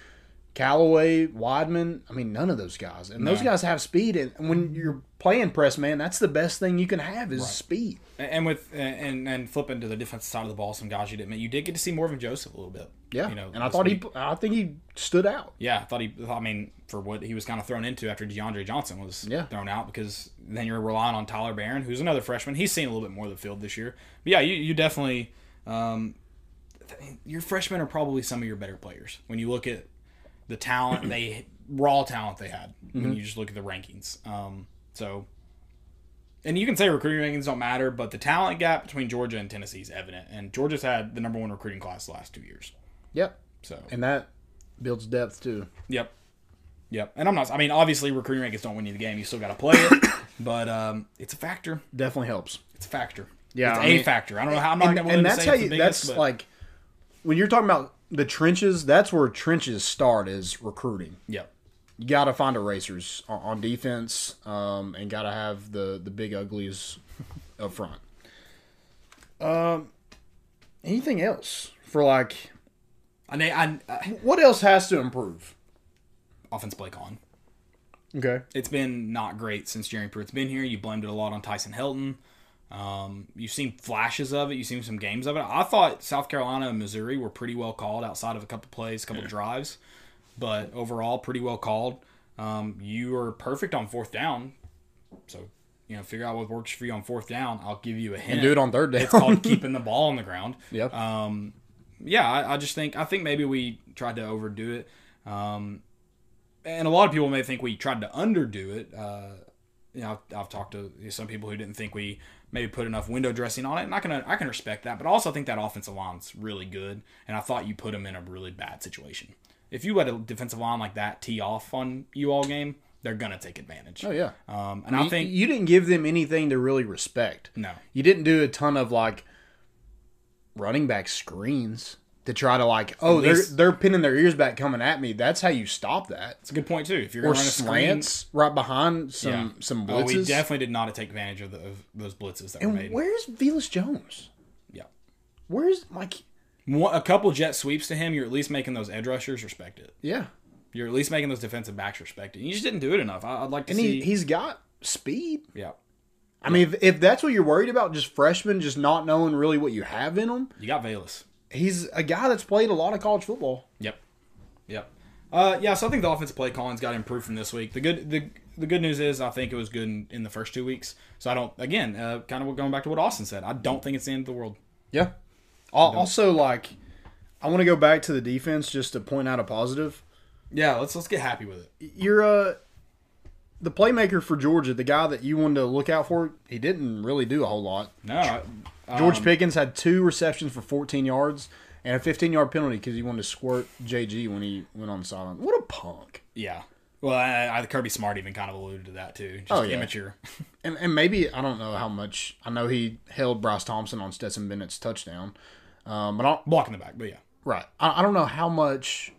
Callaway, Wideman. I mean, none of those guys. And those guys have speed. And and when you're playing press, man, that's the best thing you can have is speed.
And- And with and and flipping to the defensive side of the ball, some guys you didn't, you did get to see Morvin Joseph a little bit.
Yeah.
you know,
and I
this
thought
week.
he. I think he stood out.
yeah, I thought he, I mean, for what he was kind of thrown into after DeAndre Johnson was
Yeah.
thrown out, because then you're relying on Tyler Barron, who's another freshman. He's seen a little bit more of the field this year. But yeah, you, you definitely, um, th- your freshmen are probably some of your better players when you look at the talent they raw talent they had when you just look at the rankings. Um, so, and you can say recruiting rankings don't matter, but the talent gap between Georgia and Tennessee is evident, and Georgia's had the number one recruiting class the last two years.
Yep.
So
And that builds depth too.
Yep. Yep. And I'm not, I mean, obviously, recruiting rankings don't win you the game. You still got to play it, but um, it's a factor.
Definitely helps.
It's a factor.
Yeah,
It's
I
a
mean-
factor. I don't know how I'm not
and,
going
and
to
that's
say
how
it's
you
the biggest,
that's
but
like when you're talking about the trenches, that's where trenches start is recruiting.
Yep.
You got to find erasers on, on defense, um, and got to have the the big uglies up front. Um, anything else for like
I, na- I, I
what else has to improve?
offense play con.
Okay,
It's been not great since Jeremy Pruitt's been here. You blamed it a lot on Tyson Helton. Um, you've seen flashes of it. You've seen some games of it. I thought South Carolina and Missouri were pretty well called outside of a couple plays, a couple drives, but overall pretty well called. Um, you are perfect on fourth down, so you know figure out what works for you on fourth down. I'll give you a hint.
and do it on third down.
It's called Um, keeping the ball on the ground.
Yep.
yeah, I, I just think I think maybe we tried to overdo it, um, and a lot of people may think we tried to underdo it. Uh, you know, I've, I've talked to some people who didn't think we maybe put enough window dressing on it, and I can I can respect that, but I also think that offensive line's really good, and I thought you put them in a really bad situation. If you let a defensive line like that tee off on you all game, they're gonna take advantage.
oh yeah.
um, and I,
you,
think
you didn't give them anything to really respect.
No.
you didn't do a ton of like running back screens to try to like, oh, they're
least-
they're pinning their ears back coming at me. That's how you stop that.
it's a good point too. If you're
Or
gonna run a screen,
slants right behind some
Yeah.
some
oh,
blitzes.
we definitely did not take advantage of, the, of those blitzes that were made.
And where's Velas Jones?
Yeah.
Where's like
One, a couple jet sweeps to him, you're at least making those edge rushers respect it.
yeah,
You're at least making those defensive backs respect it. You just didn't do it enough. I, I'd like to
and
see.
he he's got speed.
yeah,
I mean, if, if that's what you're worried about, just freshmen just not knowing really what you have in them.
you got Valus.
He's a guy that's played a lot of college football.
Yep, yep. Uh, yeah, so I think the offensive play calling's got to improve from this week. The good the the good news is I think it was good in, in the first two weeks. So I don't again uh, kind of going back to what Austin said. I don't think it's the end of the world.
Yeah. Al- Also, like, I want to go back to the defense just to point out a positive.
Yeah, let's let's get happy with it.
You're uh, the playmaker for Georgia, the guy that you wanted to look out for. He didn't really do a whole lot.
No, I,
George Pickens had two receptions for 14 yards and a 15 yard penalty because he wanted to squirt JG when he went on silent. What a punk!
yeah. Well, I, I, Kirby Smart even kind of alluded to that too. Just
Oh, yeah.
immature.
And and maybe I don't know how much. I know he held Bryce Thompson on Stetson Bennett's touchdown, um, but I don't,
blocking the back, but yeah.
right. I, I don't know how much.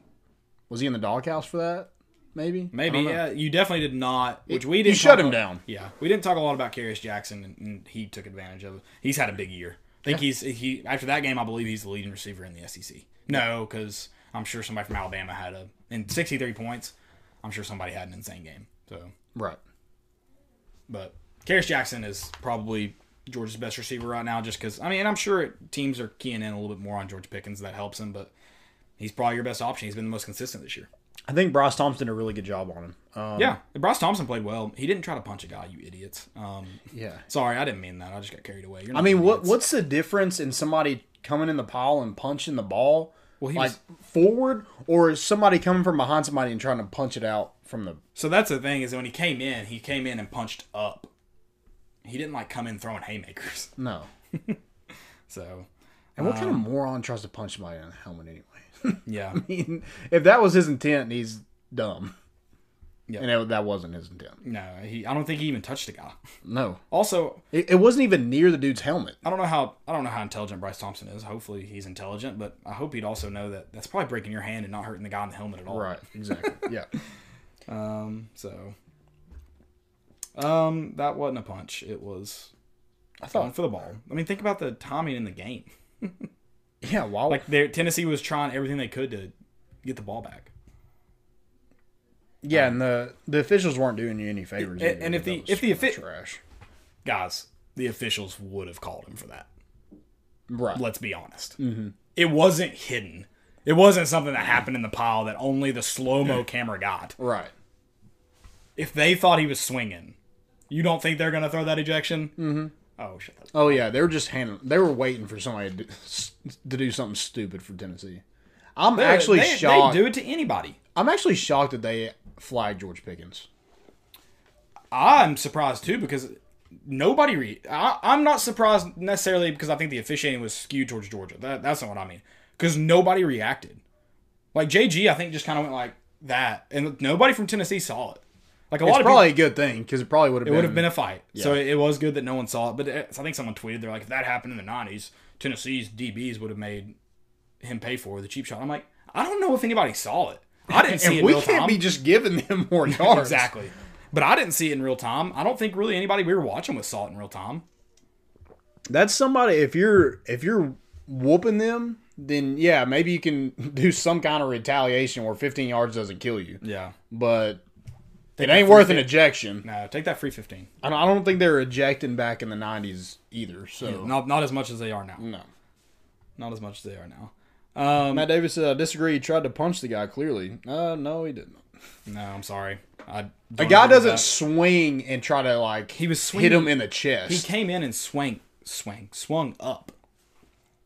Was he in the doghouse for that? Maybe.
Maybe yeah, you definitely did not. Which we
you
didn't.
shut
talk
him
about-
down.
Yeah, we didn't talk a lot about Carius Jackson, and, and he took advantage of it. He's had a big year. I think he's he after that game. I believe he's the leading receiver in the SEC. No, because I'm sure somebody from Alabama had a in 63 points. I'm sure somebody had an insane game. So,
Right.
but Carius Jackson is probably Georgia's best receiver right now, just because I mean I'm sure it, teams are keying in a little bit more on George Pickens. That helps him, but he's probably your best option. He's been the most consistent this year.
I think Bryce Thompson did a really good job on him. Um,
Yeah, Bryce Thompson played well. He didn't try to punch a guy, you idiots. Um,
yeah.
sorry, I didn't mean that. I just got carried away. You're
I
not
mean, what
idiots.
what's the difference in somebody coming in the pile and punching the ball,
Well, he
like
was-
forward, or is somebody coming from behind somebody and trying to punch it out from the?
So that's the thing is when he came in, he came in and punched up. He didn't like come in throwing haymakers.
No.
So
And what kind of moron tries to punch somebody in the helmet anyway?
yeah,
I mean, if that was his intent, he's dumb.
Yeah.
And that- that wasn't his intent.
no, he. I don't think he even touched the guy.
No,
Also,
it, it wasn't even near the dude's helmet.
I don't know how I don't know how intelligent Bryce Thompson is. Hopefully, he's intelligent, but I hope he'd also know that that's probably breaking your hand and not hurting the guy in the helmet at all.
Right. Exactly. yeah.
So, um, that wasn't a punch. It was. I thought for the ball. I mean, think about the timing in the game.
Yeah. Why?
Like their Tennessee was trying everything they could to get the ball back.
yeah. And the the officials weren't doing you any favors.
And-
either.
Um, and if
That
the-
was
if the
kinda
offi-
trash.
Guys, the officials would have called him for that.
Right.
Let's be honest. Mm-hmm. It wasn't hidden. It wasn't something that happened in the pile that only the slow mo camera got.
Right.
If they thought he was swinging, you don't think they're gonna throw that ejection? Mm-hmm. Oh shut up.
Oh yeah, they were just handing. They were waiting for somebody to, do- to do something stupid for Tennessee. I'm actually
They- they,
shocked.
They do it to anybody.
I'm actually shocked that they flagged George Pickens.
I'm surprised too because nobody. Re- I, I'm not surprised necessarily because I think the officiating was skewed towards Georgia. That, that's not what I mean. Because nobody reacted. Like JG, I think just kind of went like that, and nobody from Tennessee saw it. Like a lot
It's
of
probably
people,
a good thing because it probably would have
it
been.
would have been a fight. So
Yeah.
it, it was good that no one saw it. But it, I think someone tweeted they're like, if that happened in the '90s, Tennessee's DBs would have made him pay for the cheap shot. I'm like, I don't know if anybody saw it. I didn't see it.
And
in
we
real
can't
time.
be just giving them more yards.
exactly. But I didn't see it in real time. I don't think really anybody we were watching was saw it in real time.
That's somebody. If you're if you're whooping them, then yeah, maybe you can do some kind of retaliation where 15 yards doesn't kill you.
Yeah.
But it
that
ain't
free
worth an
kick.
ejection.
No, take that free fifteen.
I don't, I don't think they were ejecting back in the 90s either. So
Not not as much as they are now.
no.
Not as much as they are now.
Matt Davis said, I disagree. He tried to punch the guy, clearly. Uh, no, he didn't.
No, I'm sorry. I don't
The guy
agree with
doesn't
that.
swing and try to, like, he
was
hit
swinging.
him in the
He
chest.
came in and swang, swang, swung up.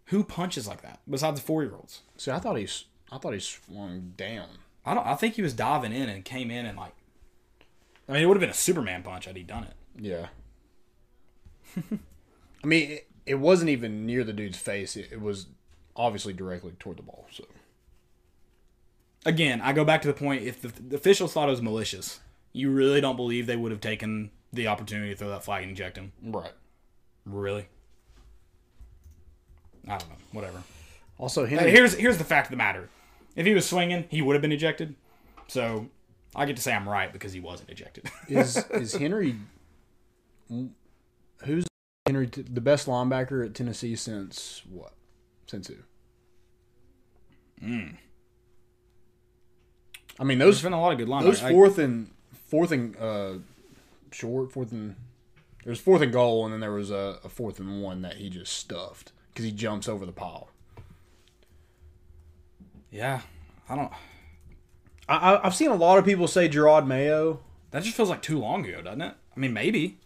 Who punches like that besides the four year olds?
See, I thought he, s- I thought he swung down.
I don't. I think he was diving in and came in and like. I mean, it would have been a Superman punch had he done it.
Yeah. I mean, it, it wasn't even near the dude's face. It, it was obviously directly toward the ball. So
Again, I go back to the point: if the, the officials thought it was malicious, you really don't believe they would have taken the opportunity to throw that flag and eject him.
right.
Really? I don't know. Whatever.
Also,
Hey,
Henry.
here's here's the fact of the matter. If he was swinging, he would have been ejected. So I get to say I'm right because he wasn't ejected.
is is Henry who's Henry t- the best linebacker at Tennessee since what? Since who? I mean
Hmm. There's
those
been a lot of good linebackers.
those
Like,
fourth and fourth and uh, short fourth and there was fourth and goal and then there was a, a fourth and one that he just stuffed because he jumps over the pile.
yeah, I don't.
I, I- I've seen a lot of people say Gerard Mayo.
That just feels like too long ago, doesn't it? I mean, maybe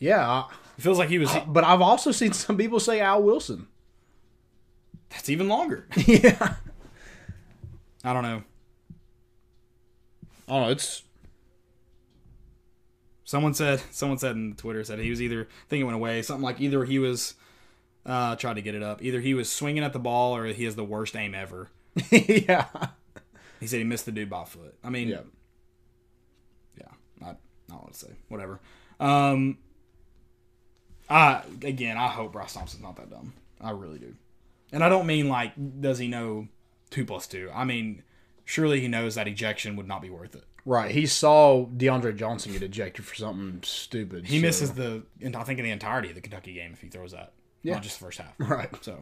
Yeah, I,
it feels like he was.
but I've also seen some people say Al Wilson.
That's even longer.
yeah.
I don't know.
Oh, it's
Someone said someone said in Twitter said he was either I think it went away something like either he was uh tried to get it up either he was swinging at the ball or he has the worst aim ever.
yeah.
He said he missed the dude by a foot. I mean,
Yeah.
yeah, not not what to say. Whatever. Um, I again, I hope Bryce Thompson's not that dumb. I really do, and I don't mean like does he know two plus two. I mean, surely he knows that ejection would not be worth it.
Right. He saw DeAndre Johnson get ejected for something stupid.
He
so-
misses the and I think in the entirety of the Kentucky game if he throws that,
Yeah.
not just the first half.
Right.
So,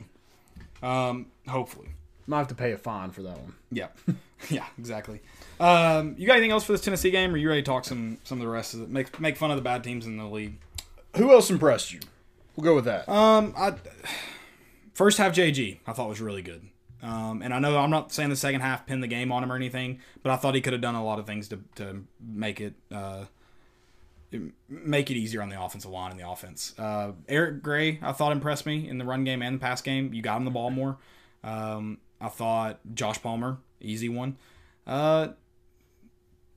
um, hopefully,
Might have to pay a fine for that one.
yeah, yeah, exactly. Um, you got anything else for this Tennessee game? Or you ready to talk some some of the rest of it? Make make fun of the bad teams in the league.
Who else impressed you? We'll go with that.
Um, I first half JG I thought was really good. Um, and I know I'm not saying the second half pinned the game on him or anything, but I thought he could have done a lot of things to, to make it uh, make it easier on the offensive line and the offense. Uh, Eric Gray I thought impressed me in the run game and the pass game. You got him the ball more. Um, I thought Josh Palmer easy one. Uh,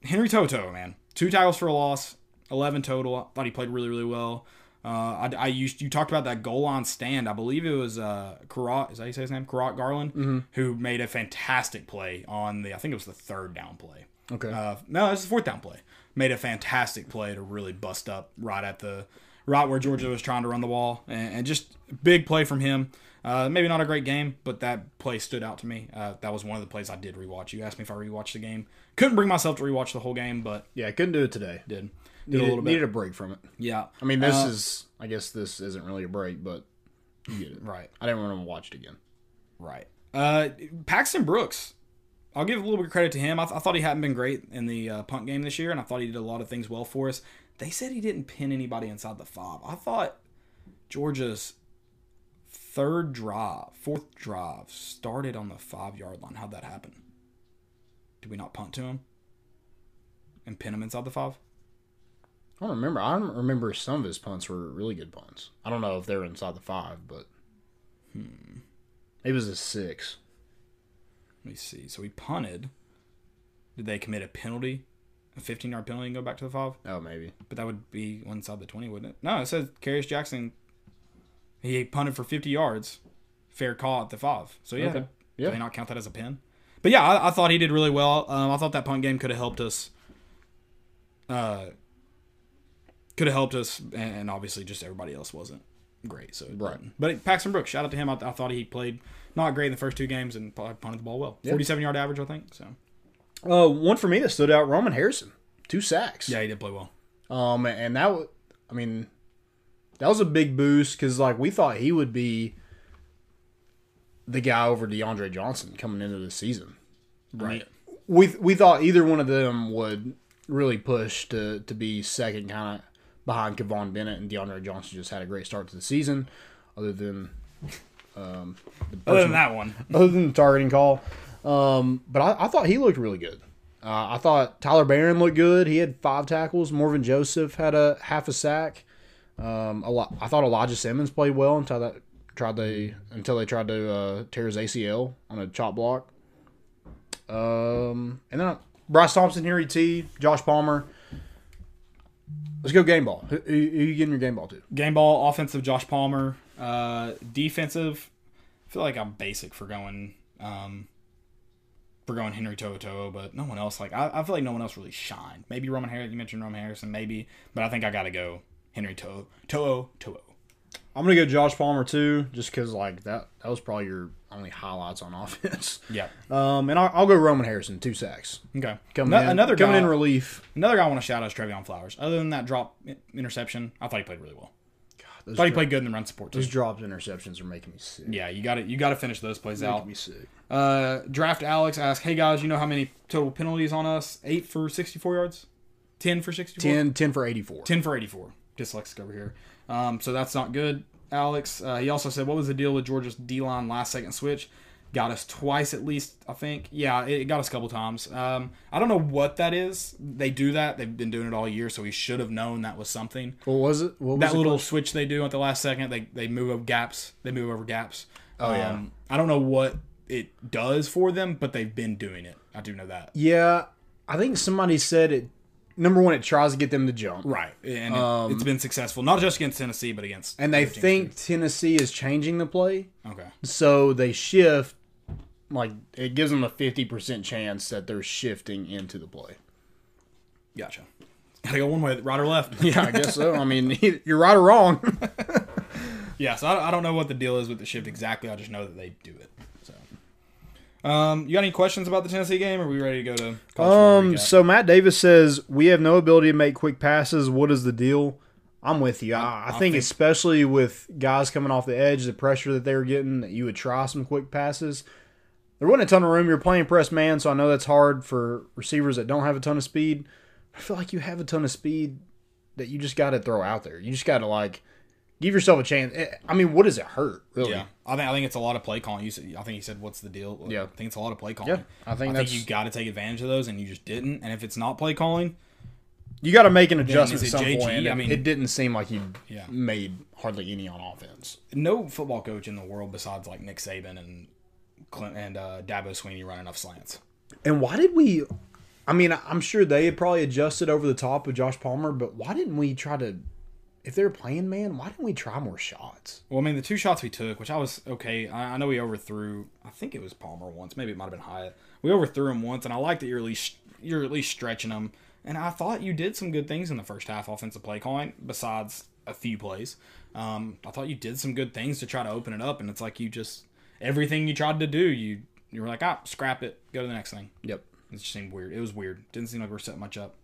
Henry Toto man two tackles for a loss, eleven total. I thought he played really really well. Uh, I, I used you talked about that goal line stand. I believe it was uh Karat. Is that how you say his name? Karat Garland, who made a fantastic play on the. I think it was the third down play.
okay.
Uh, no, it's the fourth down play. Made a fantastic play to really bust up right at the right where Georgia was trying to run the ball, and, and just big play from him. Uh, maybe not a great game, but that play stood out to me. Uh, that was one of the plays I did rewatch. You asked me if I rewatched the game. Couldn't bring myself to rewatch the whole game, but
yeah, couldn't do it today.
did. Did
Needed,
a little bit.
needed a break from it.
yeah.
I mean, this
Uh,
is, I guess this isn't really a break, but you get it.
right.
I didn't want to watch it again.
Right. Uh, Paxton Brooks. I'll give a little bit of credit to him. I, th- I thought he hadn't been great in the uh, punt game this year, and I thought he did a lot of things well for us. They said he didn't pin anybody inside the five. I thought Georgia's third drive, fourth drive, started on the five yard line. How'd that happen? Did we not punt to him and pin him inside the five?
I don't remember. I don't remember some of his punts were really good punts. I don't know if they were inside the five, but Hmm. it was a six.
Let me see. So he punted. Did they commit a penalty, a 15 yard penalty, and go back to the five?
Oh, maybe.
But that would be one side of the 20, wouldn't it? No, it says Carius Jackson, he punted for 50 yards, fair call at the five. So, yeah,
Okay.
do
Yeah.
they not count that as a pin? But, yeah, I, I thought he did really well. Um, I thought that punt game could have helped us. Uh, could have helped us, and obviously just everybody else wasn't. great. So
Right.
but Paxton Brooks, shout out to him. I, I thought he played not great in the first two games and probably punted the ball well. Forty-seven yard average, I think. So
Uh, one for me that stood out: Roman Harrison, two sacks.
yeah, he did play well.
Um, and that was, I mean, that was a big boost because like we thought he would be the guy over DeAndre Johnson coming into the season.
Right.
We we thought either one of them would really push to to be second kind of behind Kevon Bennett and DeAndre Johnson. Just had a great start to the season, other than
Other than that one,
other than the targeting call. Um, but I, I thought he looked really good. Uh, I thought Tyler Barron looked good. He had five tackles. Morvin Joseph had a half a sack. Um, a lot. I thought Elijah Simmons played well until that tried they until they tried to uh, tear his ACL on a chop block. Um, and then I, Bryce Thompson, Harry T, Josh Palmer. Let's go game ball. Who, who, who you getting your game ball to?
game ball offensive Josh Palmer, uh, defensive. I feel like I'm basic for going um, for going Henry Toto, but no one else. Like I, I feel like no one else really shined. Maybe Roman Harris. You mentioned Roman Harrison, maybe, but I think I gotta go Henry Toto Toto Toto.
I'm gonna go Josh Palmer too, just because like that that was probably your only highlights on offense.
Yeah.
Um, and I'll, I'll go Roman Harrison, two sacks.
Okay.
Coming
No-
in,
another
coming
guy,
in relief.
Another guy I want to shout out is Trevion Flowers. Other than that drop i- interception, I thought he played really well.
Those,
I thought he
dro-
played good in the run support too.
those dropped interceptions are making me sick.
yeah, you got to You got to finish those plays out.
Making me sick.
Uh, Draft Alex asks, "Hey guys, you know how many total penalties on us? Eight for sixty-four yards, ten for sixty-four,
10, 10 for eighty four.
10 for eighty-four. Dyslexic over here. Um, so that's not good, Alex. Uh, he also said, "What was the deal with Georgia's D-line last-second switch? Got us twice at least, I think. Yeah, it it got us a couple times. Um, I don't know what that is. They do that. They've been doing it all year, so he should have known that was something.
What was it? What was
That
it
little
called?
switch they do at the last second, they they move over gaps. They move over gaps. Oh
yeah.
I don't know what it does for them, but they've been doing it. I do know that.
Yeah, I think somebody said it. Number one, it tries to get them to jump,
Right, and it, has been successful, not just against Tennessee, but against
Um, and they
other teams,
think Tennessee is changing the play,
too. okay,
so they shift. Like it gives them a fifty percent chance that they're shifting into the play.
gotcha. Gotta go one way, right or left.
Yeah, I guess so. I mean, you're right or wrong.
yeah. So I, I don't know what the deal is with the shift exactly. I just know that they do it. So, um, you got any questions about the Tennessee game? Are we ready to go to? college football
Um.
recap?
So Matt Davis says we have no ability to make quick passes. What is the deal? I'm with you. I, I think,
think-
especially with guys coming off the edge, the pressure that they were getting, that you would try some quick passes. There wasn't a ton of room. You're playing press man, so I know that's hard for receivers that don't have a ton of speed. I feel like you have a ton of speed that you just got to throw out there. You just got to like give yourself a chance. Eh, I mean, what does it hurt really?
Yeah, I think I think it's a lot of play calling. You said, I think you said, "What's the deal?"
Yeah.
I think it's a lot of play calling.
Yeah, I think that's-
you got to take advantage of those, and you just didn't. And if it's not play calling,
You got to make an adjustment at
is it
some
JG?
point.
I mean-
it didn't seem like you
Yeah.
made hardly any on offense.
no football coach in the world besides like Nick Saban and Clint and uh, Dabo Sweeney run enough slants.
And why did we? I mean, I'm sure they had probably adjusted over the top of Josh Palmer, but why didn't we try to? If they were playing man, why didn't we try more shots?
Well, I mean, the two shots we took, which I was okay. I, I know we overthrew. I think it was Palmer once. Maybe it might have been Hyatt. We overthrew him once, and I like that you're at least you're at least stretching him. And I thought you did some good things in the first half offensive play calling, besides a few plays. Um, I thought you did some good things to try to open it up, and it's like you just everything you tried to do, you you were like, ah, scrap it, go to the next thing.
Yep.
It just seemed weird. It was weird. Didn't seem like we were setting much up.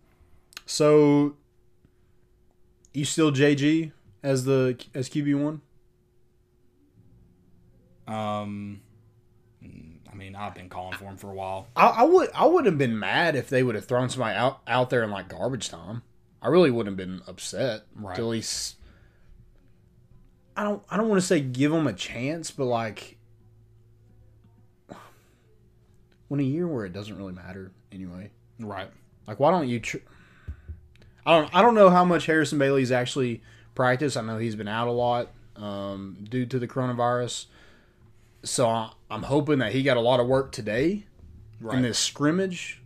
So you still JG as the as QB one?
Um, I mean, I've been calling for him for a while.
I, I would I would have been mad if they would have thrown somebody out out there in like garbage time. I really wouldn't have been upset.
Right.
To at least I don't I don't want to say give them a chance, but like when a year where it doesn't really matter anyway.
Right.
Like why don't you? Tr- I don't I don't know how much Harrison Bailey's actually practiced. I know he's been out a lot um, due to the coronavirus. So I- I'm hoping that he got a lot of work today
Right.
in this scrimmage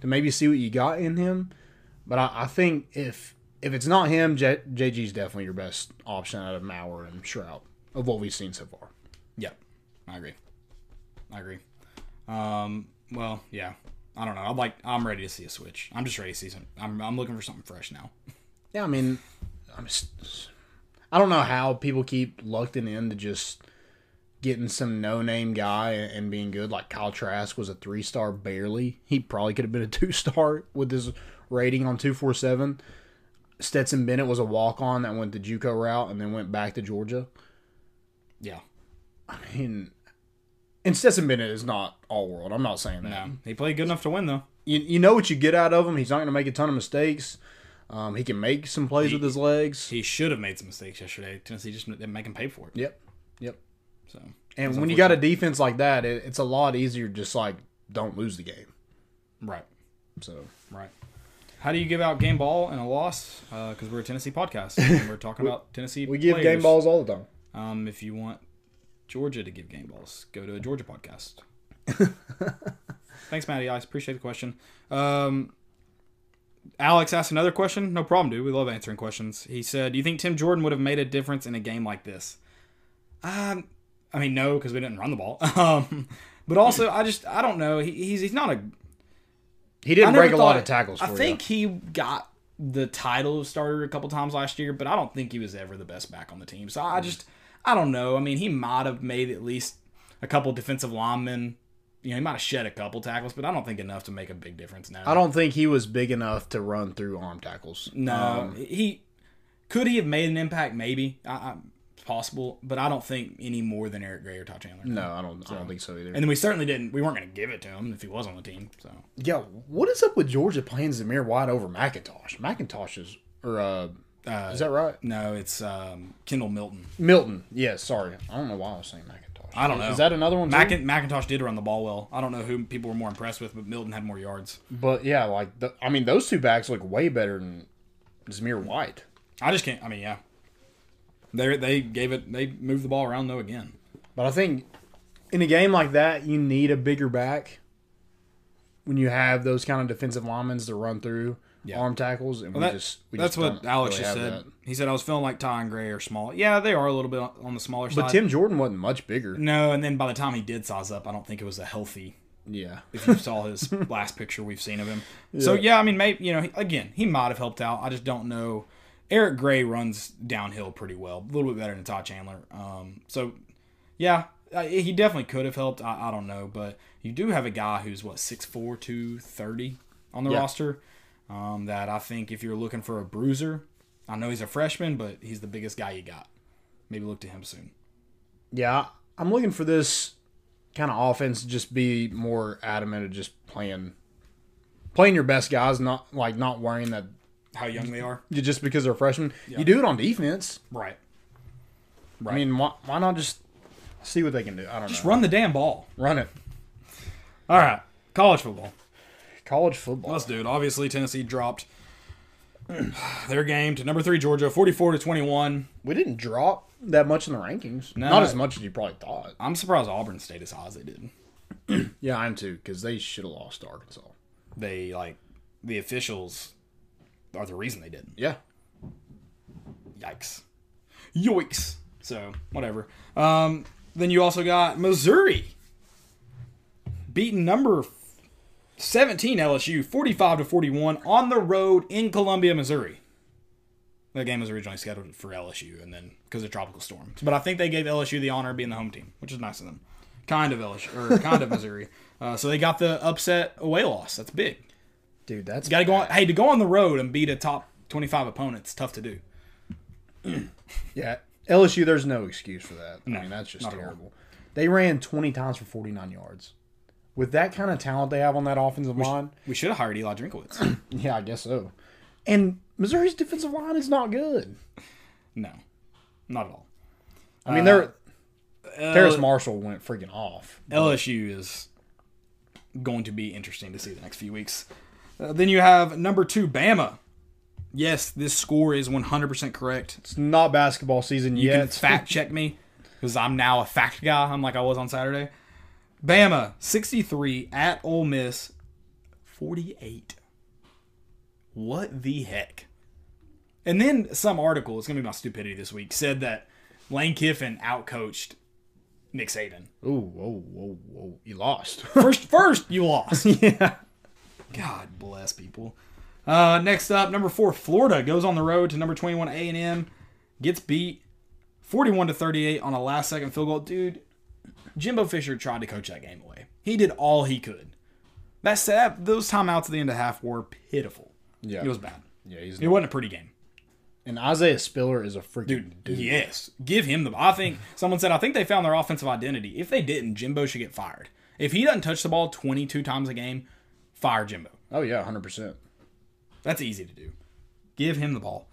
to maybe see what you got in him. But I, I think if if it's not him, J, JG's definitely your best option out of Mauer and Shroud of what we've seen so far.
Yep, I agree. I agree. Um, well, yeah, I don't know. I'm like, I'm ready to see a switch. I'm just ready to see some. I'm, I'm looking for something fresh now.
Yeah, I mean, I'm. s- s- I don't know how people keep lucking into just getting some no name guy and being good. Like Kyle Trask was a three star barely. He probably could have been a two star with his rating on 247. Stetson Bennett was a walk on that went the Juco route and then went back to Georgia.
Yeah.
I mean, and Stetson Bennett is not all world. I'm not saying that.
No. He played good enough to win, though.
You, you know what you get out of him. He's not going to make a ton of mistakes. Um, he can make some plays with his legs.
He should have made some mistakes yesterday. Tennessee just didn't make him pay for it.
yep. Yep.
So
And when you got a defense like that, it, it's a lot easier. to Just like don't lose the game.
right,
So
right. How do you give out game ball and a loss? Because we're a Tennessee podcast. and we're talking about Tennessee.
we give
players.
game balls all the time.
Um, if you want Georgia to give game balls, go to a Georgia podcast. Thanks, Matty. I appreciate the question. Um, Alex asked another question. No problem, dude. We love answering questions. He said, "Do you think Tim Jordan would have made a difference in a game like this?" Um, I mean, no, because we didn't run the ball. Um, but also, I just I don't know. He, he's he's not a
He
I
didn't
never
break a lot
thought-
of tackles. For
I think he got the title of starter a couple times last year, but I don't think he was ever the best back on the team. So I
Mm.
just, I don't know. I mean, he might have made at least a couple defensive linemen. You know, he might have shed a couple tackles, but I don't think enough to make a big difference now.
I don't think he was big enough to run through arm tackles.
No, he could he have made an impact? Maybe I, I, it's possible, but I don't think any more than Eric Gray or Ty Chandler.
No, I don't. I don't think so either.
And then we certainly didn't. We weren't going to give it to him if he was on the team. So
yeah, what is up with Georgia playing Zamir White over McIntosh? McIntosh is or uh, is that right?
no, it's um, Kendall Milton.
Milton. Yeah, sorry. I don't know why I was saying McIntosh.
I don't know.
Is that another one? too?
Mac- Macintosh did run the ball well. I don't know who people were more impressed with, but Milton had more yards.
but yeah, like the, I mean, those two backs look way better than Zamir White.
I just can't. I mean, yeah, they they gave it. They moved the ball around though again.
But I think in a game like that, you need a bigger back when you have those kind of defensive linemen to run through
Yeah.
arm tackles, and
That-
we just we
that's
just
what
don't
Alex
really
just
have
said.
that.
He said I was feeling like Ty and Gray are small. Yeah, they are a little bit on the smaller side.
But Tim Jordan wasn't much bigger.
no, and then by the time he did size up, I don't think it was a healthy.
Yeah,
If you saw his last picture we've seen of him, so yeah, I mean, maybe you know, he- again, he might have helped out. I just don't know. Eric Gray runs downhill pretty well, a little bit better than Todd Chandler. Um, so Yeah, uh, he definitely could have helped. I, I don't know, but you do have a guy who's what 6'4", 230 on the
Yeah.
roster. Um, that I think if you're looking for a bruiser, I know he's a freshman, but he's the biggest guy you got. Maybe look to him soon.
yeah. I'm looking for this kind of offense to just be more adamant of just playing playing your best guys, not like not worrying that
How young they are,
you just because they're freshmen. You do it on defense.
right?
I mean, why, why not just see what they can do? I don't
Just
know.
run the damn ball.
Run it.
All right, college football.
College football.
Let's do it. Obviously, Tennessee dropped their game to number three Georgia, forty-four to twenty-one.
We didn't drop that much in the rankings.
No.
Not as much as you probably thought.
I'm surprised Auburn stayed as high as they did.
Yeah, I'm too, because they should have lost to Arkansas.
They like the officials are the reason they didn't.
Yeah.
Yikes. Yoiks. So, whatever. Um, then you also got Missouri beating number 17 LSU 45 to 41 on the road in Columbia, Missouri. That game was originally scheduled for LSU and then because of tropical storm. But I think they gave LSU the honor of being the home team, which is nice of them. Kind of LSU or kind of Missouri. Uh, so they got the upset away loss. That's big.
Dude, that's
Got to go on. Hey, to go on the road and beat a top 25 opponent, it's tough to do.
Yeah. LSU, there's no excuse for that.
No,
I mean, that's just
not at all.
terrible. They ran 20 times for 49 yards. With that kind of talent they have on that offensive line,
We should have hired Eli Drinkowitz.
yeah, I guess so. And Missouri's defensive line is not good.
no, not at all.
I mean, they're. Terrace
L-
Marshall went freaking off.
LSU is going to be interesting to see the next few weeks. Uh, then you have number two, Bama. Yes, this score is 100% correct.
It's not basketball season
You
yet.
can fact check me because I'm now a fact guy. I'm like I was on Saturday. Bama, 63 at Ole Miss, 48. What the heck? And then some article, it's going to be my stupidity this week, said that Lane Kiffin outcoached Nick Saban.
Ooh, whoa, whoa, whoa. You lost.
First, first you lost. yeah. God bless people. Uh, next up, number four, Florida goes on the road to number twenty-one A and M, gets beat 41 to 38 on a last second field goal. Dude, Jimbo Fisher tried to coach that game away. He did all he could. That said, those timeouts at the end of half were pitiful.
Yeah.
It was bad.
Yeah, he's
It wasn't a pretty game.
and Isaiah Spiller is a freaking dude.
Yes. Give him the I think someone said I think they found their offensive identity. If they didn't, Jimbo should get fired. If he doesn't touch the ball 22 times a game, fire Jimbo.
Oh yeah, hundred percent.
That's easy to do. Give him the ball.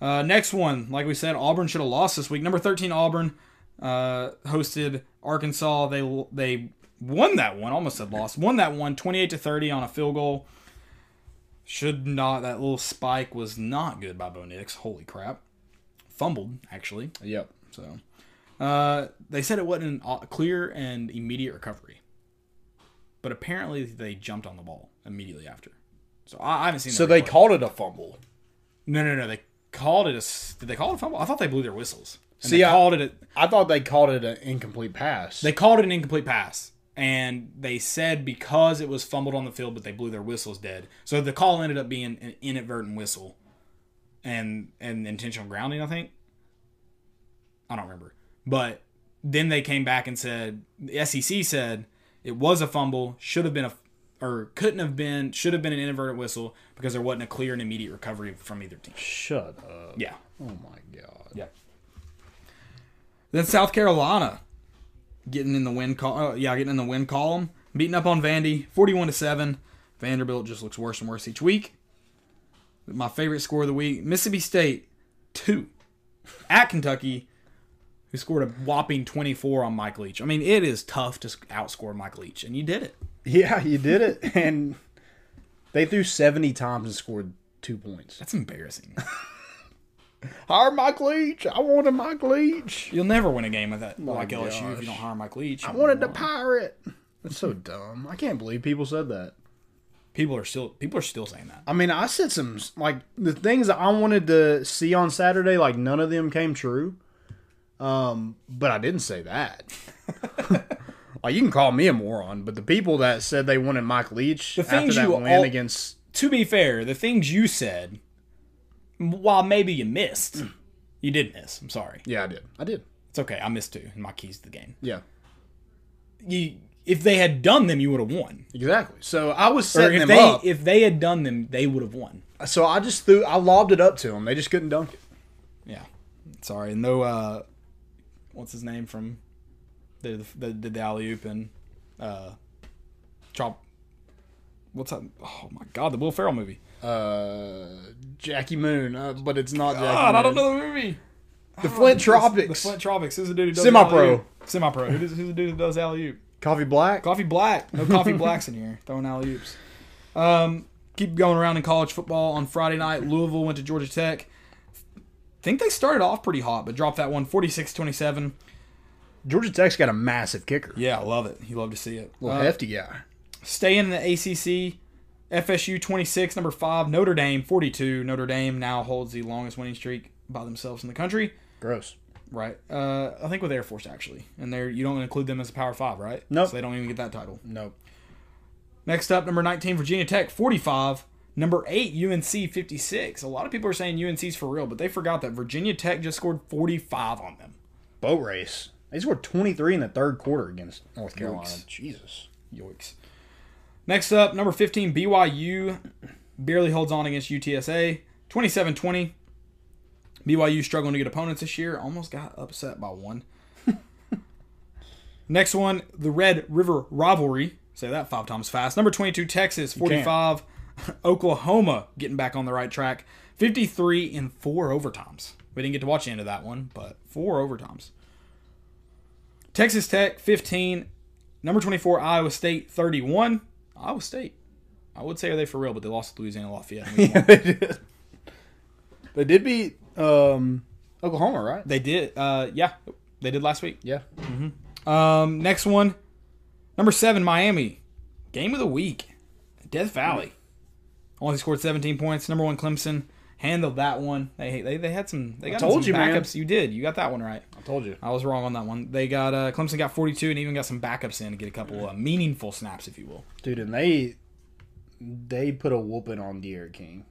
Uh, next one, like we said, Auburn should have lost this week. Number thirteen, Auburn uh, hosted Arkansas. They they won that one. Almost said lost. Won that one, twenty-eight to thirty on a field goal. Should not. That little spike was not good by Bo Nix. Holy crap! Fumbled actually.
Yep.
So uh, they said it wasn't a clear and immediate recovery, but apparently they jumped on the ball immediately after. So I, I haven't seen.
So
the
they
replay.
called it a fumble.
No, no, no. They called it a. s- Did they call it a fumble? I thought they blew their whistles. And
See,
they
I-
called it. A,
I thought they called it an incomplete pass.
they called it an incomplete pass, and they said because it was fumbled on the field, but they blew their whistles dead. So the call ended up being an inadvertent whistle, and and intentional grounding. I think. I don't remember, but then they came back and said the SEC said it was a fumble, should have been a or couldn't have been, should have been an inadvertent whistle because there wasn't a clear and immediate recovery from either team.
Shut up.
Yeah.
Oh my god.
Yeah. Then South Carolina getting in the win col Oh, yeah, getting in the win column, beating up on Vandy, forty-one to seven. Vanderbilt just looks worse and worse each week. My favorite score of the week: Mississippi State two at Kentucky, who scored a whopping twenty-four on Mike Leach. I mean, it is tough to outscore Mike Leach, and you did it.
Yeah, you did it, and they threw seventy times and scored two points.
That's embarrassing.
Hire Mike Leach. I wanted Mike Leach.
You'll never win a game with that like LSU if you don't hire Mike Leach.
I wanted the pirate. That's so dumb. I can't believe people said that.
people are still people are still saying that.
I mean, I said some like the things that I wanted to see on Saturday. Like none of them came true. Um, but I didn't say that. like you can call me a moron, but the people that said they wanted Mike Leach after
things
that
you
win
all-
against
to be fair, the things you said, while maybe you missed, you did miss. I'm sorry.
yeah, I did. I did.
It's okay. I missed two, and my keys to the game.
Yeah,
You, if they had done them, you would have won.
exactly. So I was
Or
setting
if
them
they
up.
if they had done them, they would have won.
so I just threw. I lobbed it up to them. They just couldn't dunk it.
Yeah. Sorry. And no, uh, what's his name from the the, the, the alley oop and uh, chop. What's that? Oh my God! The Will Ferrell movie.
Uh, Jackie Moon, uh, but it's not. Jackie
God, I don't
Moon.
know the movie.
The Flint Tropics.
The Flint Tropics. Who's the dude who does
Semi-pro.
Semi pro. Who's, who's the dude who does alley oop?
Coffee Black.
Coffee black. No coffee blacks in here. Throwing alley oops. Um, keep going around in college football. On Friday night, Louisville went to Georgia Tech. Think they started off pretty hot, but dropped that one 46 27.
Georgia Tech's got a massive kicker.
Yeah, I love it. You love to see it. Uh,
Little hefty guy.
Stay in the ACC. FSU 26, number 5. Notre Dame 42. Notre Dame now holds the longest winning streak by themselves in the country.
Gross.
Right. Uh, I think with Air Force, actually. And they're, you don't include them as a Power 5, right?
Nope.
So they don't even get that title.
Nope.
Next up, number 19, Virginia Tech, 45. Number 8, UNC, 56. A lot of people are saying UNC's for real, but they forgot that Virginia Tech just scored 45 on them.
Boat race. They scored 23 in the third quarter against North Carolina.
Yikes.
Jesus.
Yikes. Next up, number 15, BYU barely holds on against UTSA, 27 20. BYU struggling to get opponents this year. Almost got upset by one. Next one, the Red River Rivalry. Say that five times fast. Number 22, Texas, 45. Oklahoma getting back on the right track. 53 in four overtimes. We didn't get to watch the end of that one, but four overtimes. Texas Tech, 15. Number 24, Iowa State, 31. Iowa State. I would say are they for real, but they lost to Louisiana Lafayette. in week one.
they did. They did beat um, Oklahoma, right?
they did. Uh, yeah, they did last week.
Yeah.
Um, next one, number seven, Miami. Game of the week, Death Valley. Only scored 17 points. Number one, Clemson handled that one. They they, they had some. They got
told
some
you, man.
backups. You did. You got that one right.
I told you.
I was wrong on that one. They got uh, Clemson got 42 and even got some backups in to get a couple uh, meaningful snaps, if you will.
Dude, and they they put a whooping on De'Aaron King.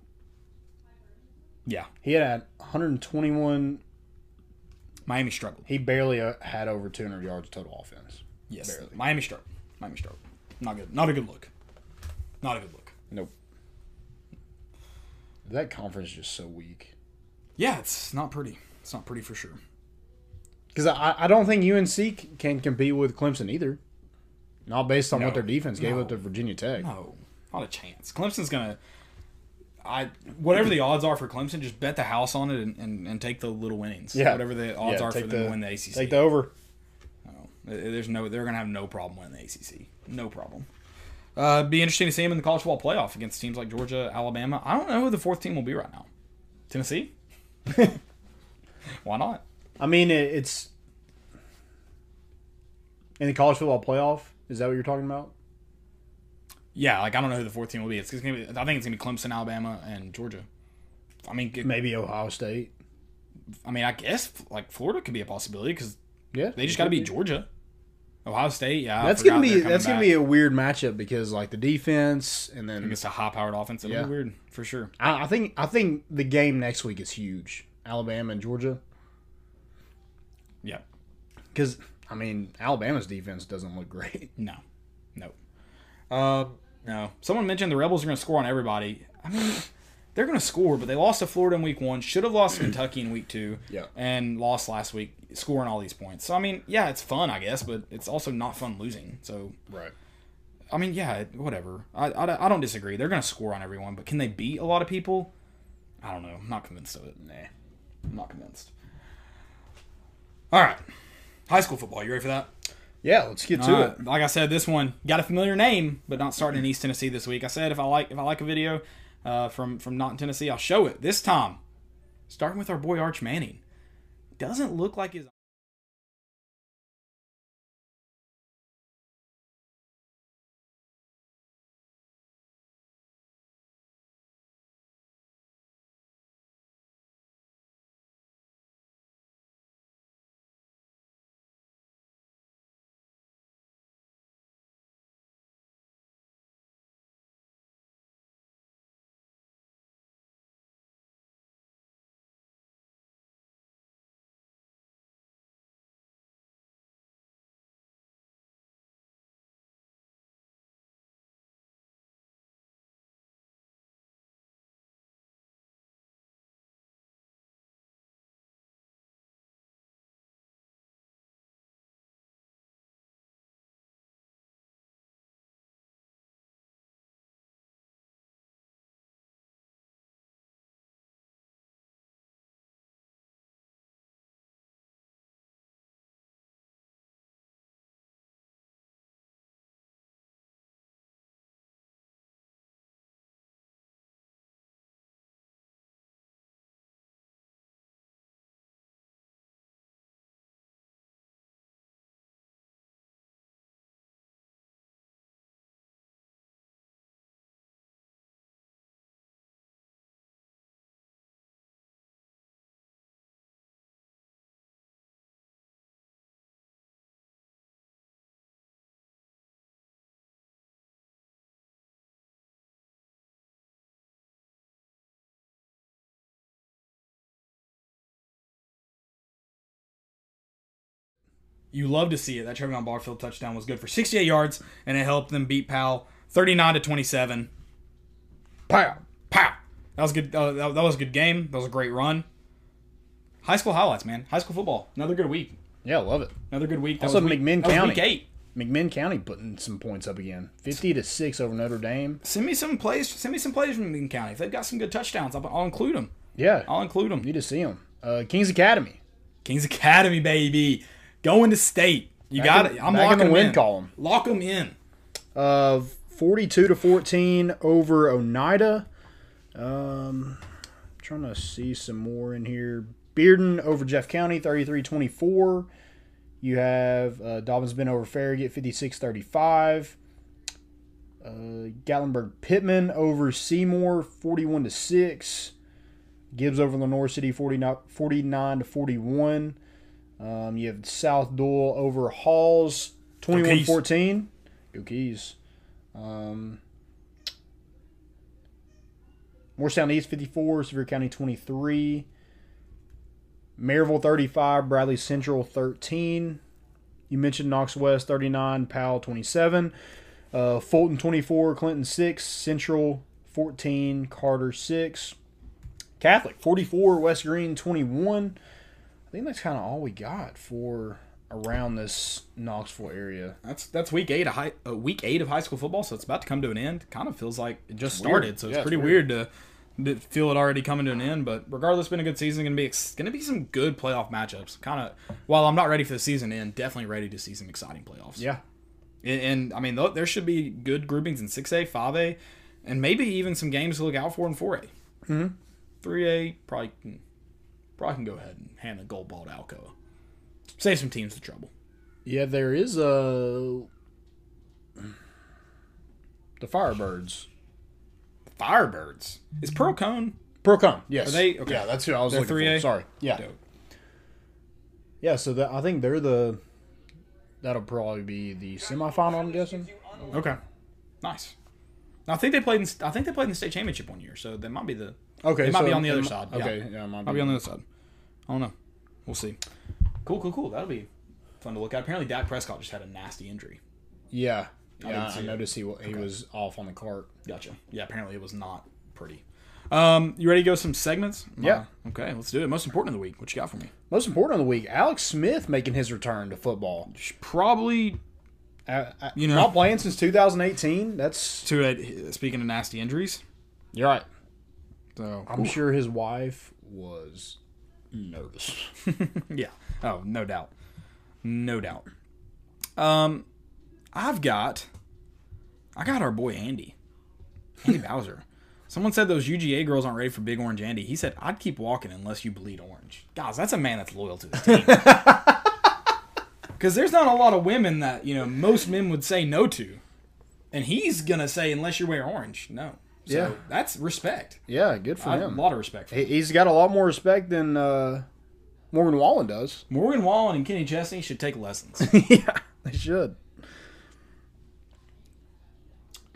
Yeah,
He had 121
Miami struggled.
He barely uh, had over 200 yards total offense.
Yes,
Barely.
Miami struggled. Miami struggled. Not good. Not a good look. Not a good look.
Nope. That conference is just so weak.
Yeah, it's not pretty. It's not pretty for sure.
Because I, I don't think UNC c- can compete with Clemson either. Not based on
No.
what their defense gave
No.
up to Virginia Tech.
No, not a chance. Clemson's gonna. I whatever the odds are for Clemson, just bet the house on it and, and, and take the little winnings.
Yeah.
whatever the odds
Yeah,
are for
take
them to win the ACC.
Take the over.
No. There's no. They're gonna have no problem winning the ACC. No problem. Uh, it'd be interesting to see them in the college football playoff against teams like Georgia, Alabama. I don't know who the fourth team will be right now. Tennessee. Why not?
I mean, it, it's in the college football playoff. Is that what you're talking about?
Yeah, like I don't know who the fourth team will be. It's, it's gonna be. I think it's gonna be Clemson, Alabama, and Georgia. I mean, it-
Maybe Ohio State.
I mean, I guess like Florida could be a possibility because
Yeah,
They just got to beat Georgia, Ohio State. Yeah, I
That's
forgot
gonna be
they're coming
that's gonna
back.
be a weird matchup because like the defense and then
against a high-powered offense. It'll
Yeah.
be weird for sure.
I, I think I think the game next week is huge. Alabama and Georgia
Yeah,
because I mean Alabama's defense doesn't look great.
no, no, um, no. Someone mentioned the Rebels are going to score on everybody. I mean, they're going to score, but they lost to Florida in week one. Should have lost to Kentucky in week two.
Yeah.
and lost last week, scoring all these points. So I mean, yeah, it's fun, I guess, but it's also not fun losing. So
Right.
I mean, yeah, it- whatever. I, I, I don't disagree. They're going to score on everyone, but can they beat a lot of people? I don't know. I'm not convinced of it. Nah, I'm not convinced. All right, high school football. You ready for that?
Yeah, let's get to
All
it.
right, Like I said, this one got a familiar name, but not starting in East Tennessee this week. I said if I like if I like a video uh, from from not in Tennessee, I'll show it this time. Starting with our boy Arch Manning. Doesn't look like his you love to see it. That Trevon Barfield touchdown was good for 68 yards, and it helped them beat Powell 39 to 27. Pow, pow. That was good. Uh, that, that was a good game. That was a great run. High school highlights, man. High school football. Another good week.
Yeah, I love it.
Another good week. That
Also,
was week,
McMinn
that was
County.
week eight.
McMinn County putting some points up again, fifty to six over Notre Dame.
Send me some plays. Send me some plays from McMinn County. If they've got some good touchdowns, I'll, I'll include them.
Yeah,
I'll include them.
need to see them. Uh, Kings Academy.
Kings Academy, baby. Going to state. You got
in-
it. I'm
back in
locking
the
them
win
in.
column.
Lock them in.
Uh, 42 to 14 over Oneida. Um, trying to see some more in here. Bearden over Jeff County, 33 24. You have uh, Dobbins Bend over Farragut, 56 35. Uh, Gatlinburg Pittman over Seymour, 41 to 6. Gibbs over Lenore City, 49 to 41. Um, you have South Doyle over Halls, 21 14. Go Keys. Um, Morristown East 54, Sevier County 23. Maryville 35, Bradley Central 13. You mentioned Knox West 39, Powell 27, uh, Fulton 24, Clinton 6, Central 14, Carter 6, Catholic 44, West Green 21. I think that's kind of all we got for around this Knoxville area.
That's that's week eight of high uh, week eight of high school football, so it's about to come to an end. Kind of feels like it just started, so it's
Yeah, it's
pretty weird. to to feel it already coming to an end. But regardless, been a good season. Going to be ex- going to be some good playoff matchups. Kind of while I'm not ready for the season to end, definitely ready to see some exciting playoffs.
Yeah.
and, and I mean th- there should be good groupings in six A, five A, and maybe even some games to look out for in four A. Three A probably can, probably can go ahead and hand the gold ball to Alcoa. Save some teams the trouble.
Yeah, there is uh, a. The Firebirds.
Firebirds is Pearl Cone
Procom, yes.
Are they- okay.
Yeah, that's who I was
They're
looking
3A?
for. Sorry. Yeah.
Dope.
Yeah, so that, I think they're the. That'll probably be the semifinal, I'm guessing.
Okay. Nice. I think they played in. I think they played in the state championship one year, so they might be the.
Okay,
They might be on the
it
other
mi-
side, yeah.
Okay, yeah, it might
Might
be
be on the other side. I don't know. We'll see. Cool, cool, cool. That'll be fun to look at. Apparently, Dak Prescott just had a nasty injury.
Yeah,
didn't
yeah. I,
see it.
noticed he wa- he was off on the cart.
Gotcha. Yeah. Apparently, it was not pretty. Um, you ready to go some segments?
Yeah.
Uh, okay, let's do it. Most important of the week. What you got for me?
Most important of the week, Alex Smith making his return to football.
Probably
Uh, uh,
You know-
not playing since 2018. That's
to it. uh, Speaking of nasty injuries,
you're right.
so
I'm sure his wife was nervous.
Yeah. Oh, no doubt. No doubt. Um, I've got, I got our boy Andy, Andy Bowser. Someone said those UGA girls aren't ready for Big Orange Andy. He said, "I'd keep walking unless you bleed orange." Guys, that's a man that's loyal to his team. Because there's not a lot of women that you know most men would say no to, and he's gonna say unless you wear orange, no. So
Yeah.
that's respect.
Yeah, good for
I- A
him.
lot of respect. For
He- He's got a lot more respect than uh, Morgan Wallen does.
Morgan Wallen and Kenny Chesney should take lessons.
yeah, they should.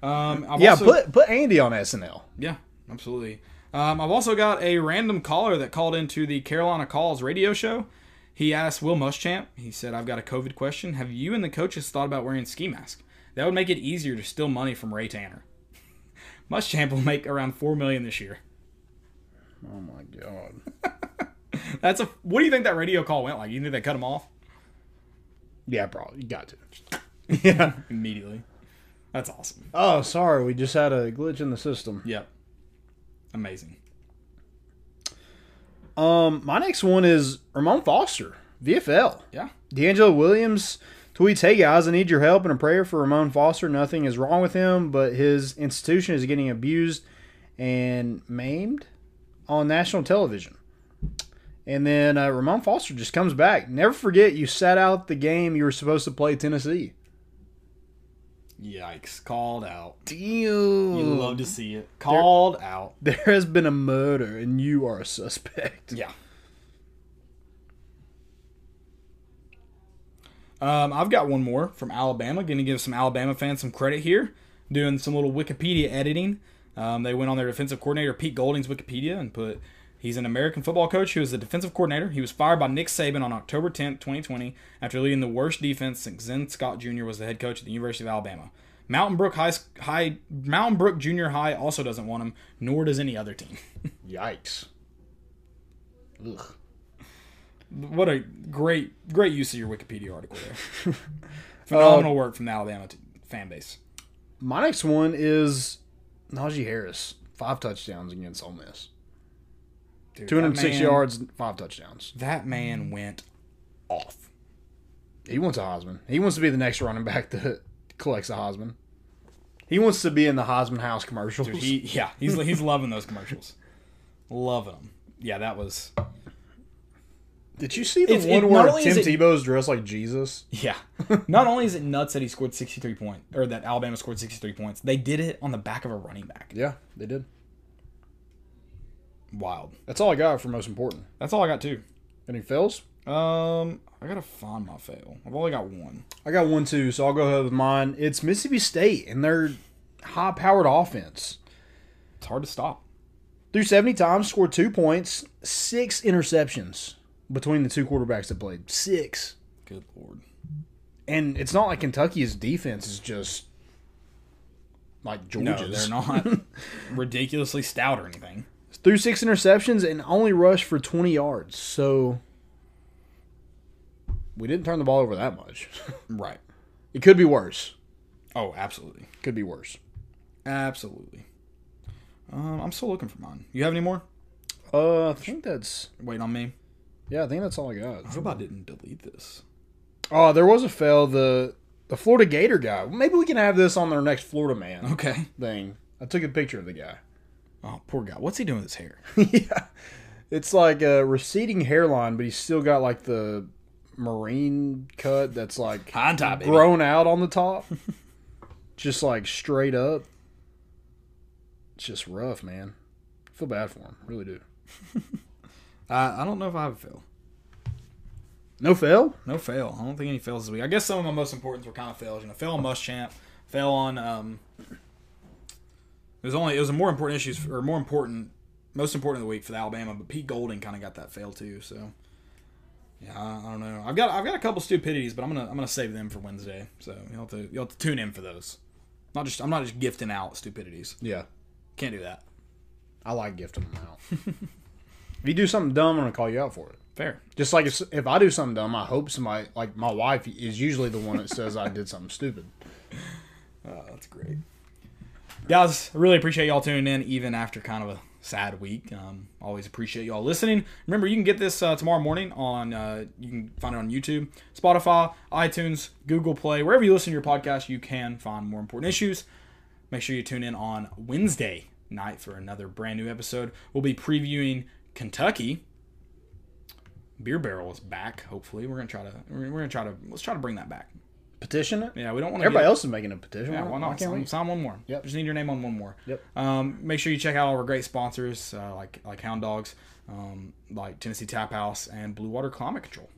Um, I've
Yeah,
also-
put put Andy on SNL.
Yeah, absolutely. Um, I've also got a random caller that called into the Carolina Calls radio show. He asked Will Muschamp. He said, "I've got a COVID question. Have you and the coaches thought about wearing ski mask? That would make it easier to steal money from Ray Tanner. Muschamp will make around four million this year.
Oh my god.
That's a. What do you think that radio call went like? You think they cut him off
Yeah, probably. You got to. yeah.
immediately? That's awesome.
Oh, sorry. We just had a glitch in the system.
Yep. Amazing.
Um, my next one is Ramon Foster, VFL.
Yeah.
D'Angelo Williams tweets, Hey guys, I need your help and a prayer for Ramon Foster. Nothing is wrong with him, but his institution is getting abused and maimed on national television. And then uh, Ramon Foster just comes back. Never forget, you sat out the game you were supposed to play Tennessee.
Yikes! Called out.
Damn.
You love to see it. Called out.
There has been a murder and you are a suspect.
Yeah. Um, I've got one more from Alabama. Going to give some Alabama fans some credit here, doing some little Wikipedia editing. Um, they went on their defensive coordinator Pete Golding's Wikipedia and put he's an American football coach who is the defensive coordinator. He was fired by Nick Saban on October 10th, 2020, after leading the worst defense since Zen Scott Jr. was the head coach at the University of Alabama. Mountain Brook High, High Mountain Brook Junior High also doesn't want him, nor does any other team.
Yikes. Ugh.
What a great, great use of your Wikipedia article there. Phenomenal work from the Alabama t- fan base.
My next one is Najee Harris. Five touchdowns against Ole Miss.
Dude, that
206
man-
yards, five touchdowns.
That man went off.
He wants a Heisman. He wants to be the next running back that collects a Heisman. He wants to be in the Heisman House commercials.
Dude, he, yeah, he's he's loving those commercials, loving them. Yeah, that was
Did you see the
It's-
one
it- not
where
only
Tim
is it-
Tebow's dressed like Jesus?
yeah. Not only is it nuts that he scored sixty three points, or that Alabama scored sixty three points, they did it on the back of a running back.
Yeah, they did.
Wild.
That's all I got for most important.
That's all I got too.
Any fails?
Um, I gotta find my fail. I've only got one.
I got one too, so I'll go ahead with mine. It's Mississippi State and their high powered offense.
It's hard to stop.
Threw 70 times, scored two points, six interceptions. between the two quarterbacks that played. Six.
Good lord.
And it's not like Kentucky's defense is just like
No,
Georgia's.
they're not ridiculously stout or anything.
Threw six interceptions and only rushed for 20 yards. So we didn't turn the ball over that much.
Right.
it could be worse.
Oh, absolutely.
Could be worse.
Absolutely. Um, I'm still looking for mine. You have any more?
Uh, I think that's
Wait on me.
yeah. I think that's all I got.
I hope I didn't delete this.
Oh, there was a fail. The the Florida Gator guy. Maybe we can have this on our next Florida man
Okay.
thing. I took a picture of the guy.
Oh, poor guy. What's he doing with his hair?
yeah, it's like a receding hairline, but he's still got like the marine cut that's like
High and top, baby.
grown out on the top, just like straight up. It's just rough, man. I feel bad for him, really do.
I, I don't know if I have a fail.
No fail.
No fail. I don't think any fails this week. I guess some of my most importants were kind of fails. You know, fail on Muschamp, fail on. Um, it was only it was a more important issues or more important, most important of the week for the Alabama. But Pete Golding kind of got that fail too. So yeah, I, I don't know. I've got I've got a couple stupidities, but I'm gonna I'm gonna save them for Wednesday. So you'll have to you'll have to tune in for those. Not just I'm not just gifting out stupidities.
Yeah,
Can't do that.
I like gifting them out. if you do something dumb, I'm gonna call you out for it.
Fair.
Just like if, if I do something dumb, I hope somebody like my wife is usually the one that says I did something stupid.
That's great. Guys, I really appreciate y'all tuning in, even after kind of a sad week. Um, always appreciate y'all listening. Remember, you can get this uh, tomorrow morning on, uh, you can find it on YouTube, Spotify, iTunes, Google Play, wherever you listen to your podcast, you can find more important issues. Make sure you tune in on Wednesday night for another brand new episode. We'll be previewing Kentucky. Beer Barrel is back. Hopefully, we're gonna try to we're gonna try to let's try to bring that back.
Petition it.
Yeah, we don't want
Everybody else is making a petition.
yeah, why not?
can't
sign,
we?
sign one more.
Yep.
Just need your name on one more.
Yep.
Um, make sure you check out all of our great sponsors uh, like like Hound Dogs, um, like Tennessee Tap House, and Blue Water Climate Control.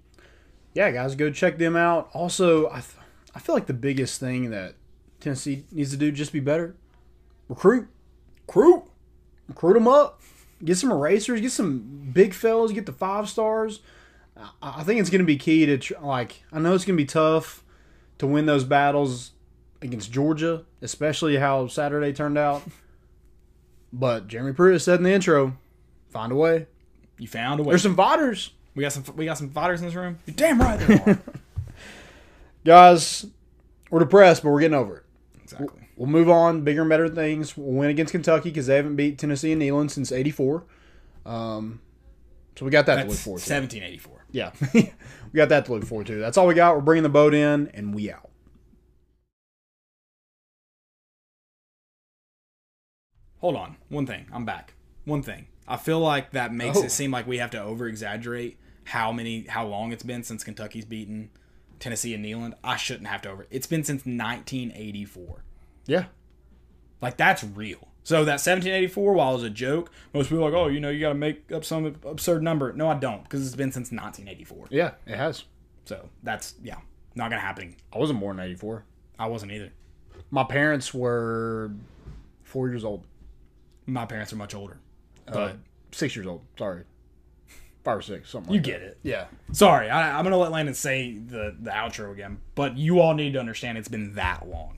Yeah, guys, go check them out. Also, I th- I feel like the biggest thing that Tennessee needs to do just be better. Recruit, recruit, recruit them up. Get some erasers. Get some big fellas. Get the five stars. I, I think it's going to be key to tr- like. I know it's going to be tough to win those battles against Georgia, especially how Saturday turned out. But Jeremy Pruitt said in the intro, "Find a way."
You found a way.
There's some fighters.
we got some we got some fighters in this room. You're damn right there are.
guys, we're depressed, but we're getting over it.
exactly.
We'll move on, bigger and better things. We'll win against Kentucky because they haven't beat Tennessee and Neyland since '84. Um, so we got that to
That's
look forward to.
1784.
Yeah, we got that to look forward to. That's all we got. We're bringing the boat in, and we out.
Hold on. One thing. I'm back. One thing. I feel like that makes
Oh.
it seem like we have to over exaggerate how many how long it's been since Kentucky's beaten Tennessee and Neyland. I shouldn't have to over. It's been since 1984.
Yeah,
Like that's real. So that 1784, while it was a joke, most people are like, oh, you know, you got to make up some absurd number. No, I don't, because it's been since 1984.
yeah, it has.
So that's yeah, not gonna happen.
I wasn't born in '84.
I wasn't either.
My parents were four years old, Uh,
My parents are much older, but
six years old. Sorry, five or six, something.
you
like
get it.
that. yeah.
Sorry, I, I'm gonna let Landon say the the outro again, but you all need to understand it's been that long.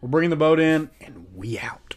We're bringing the boat in, and we out.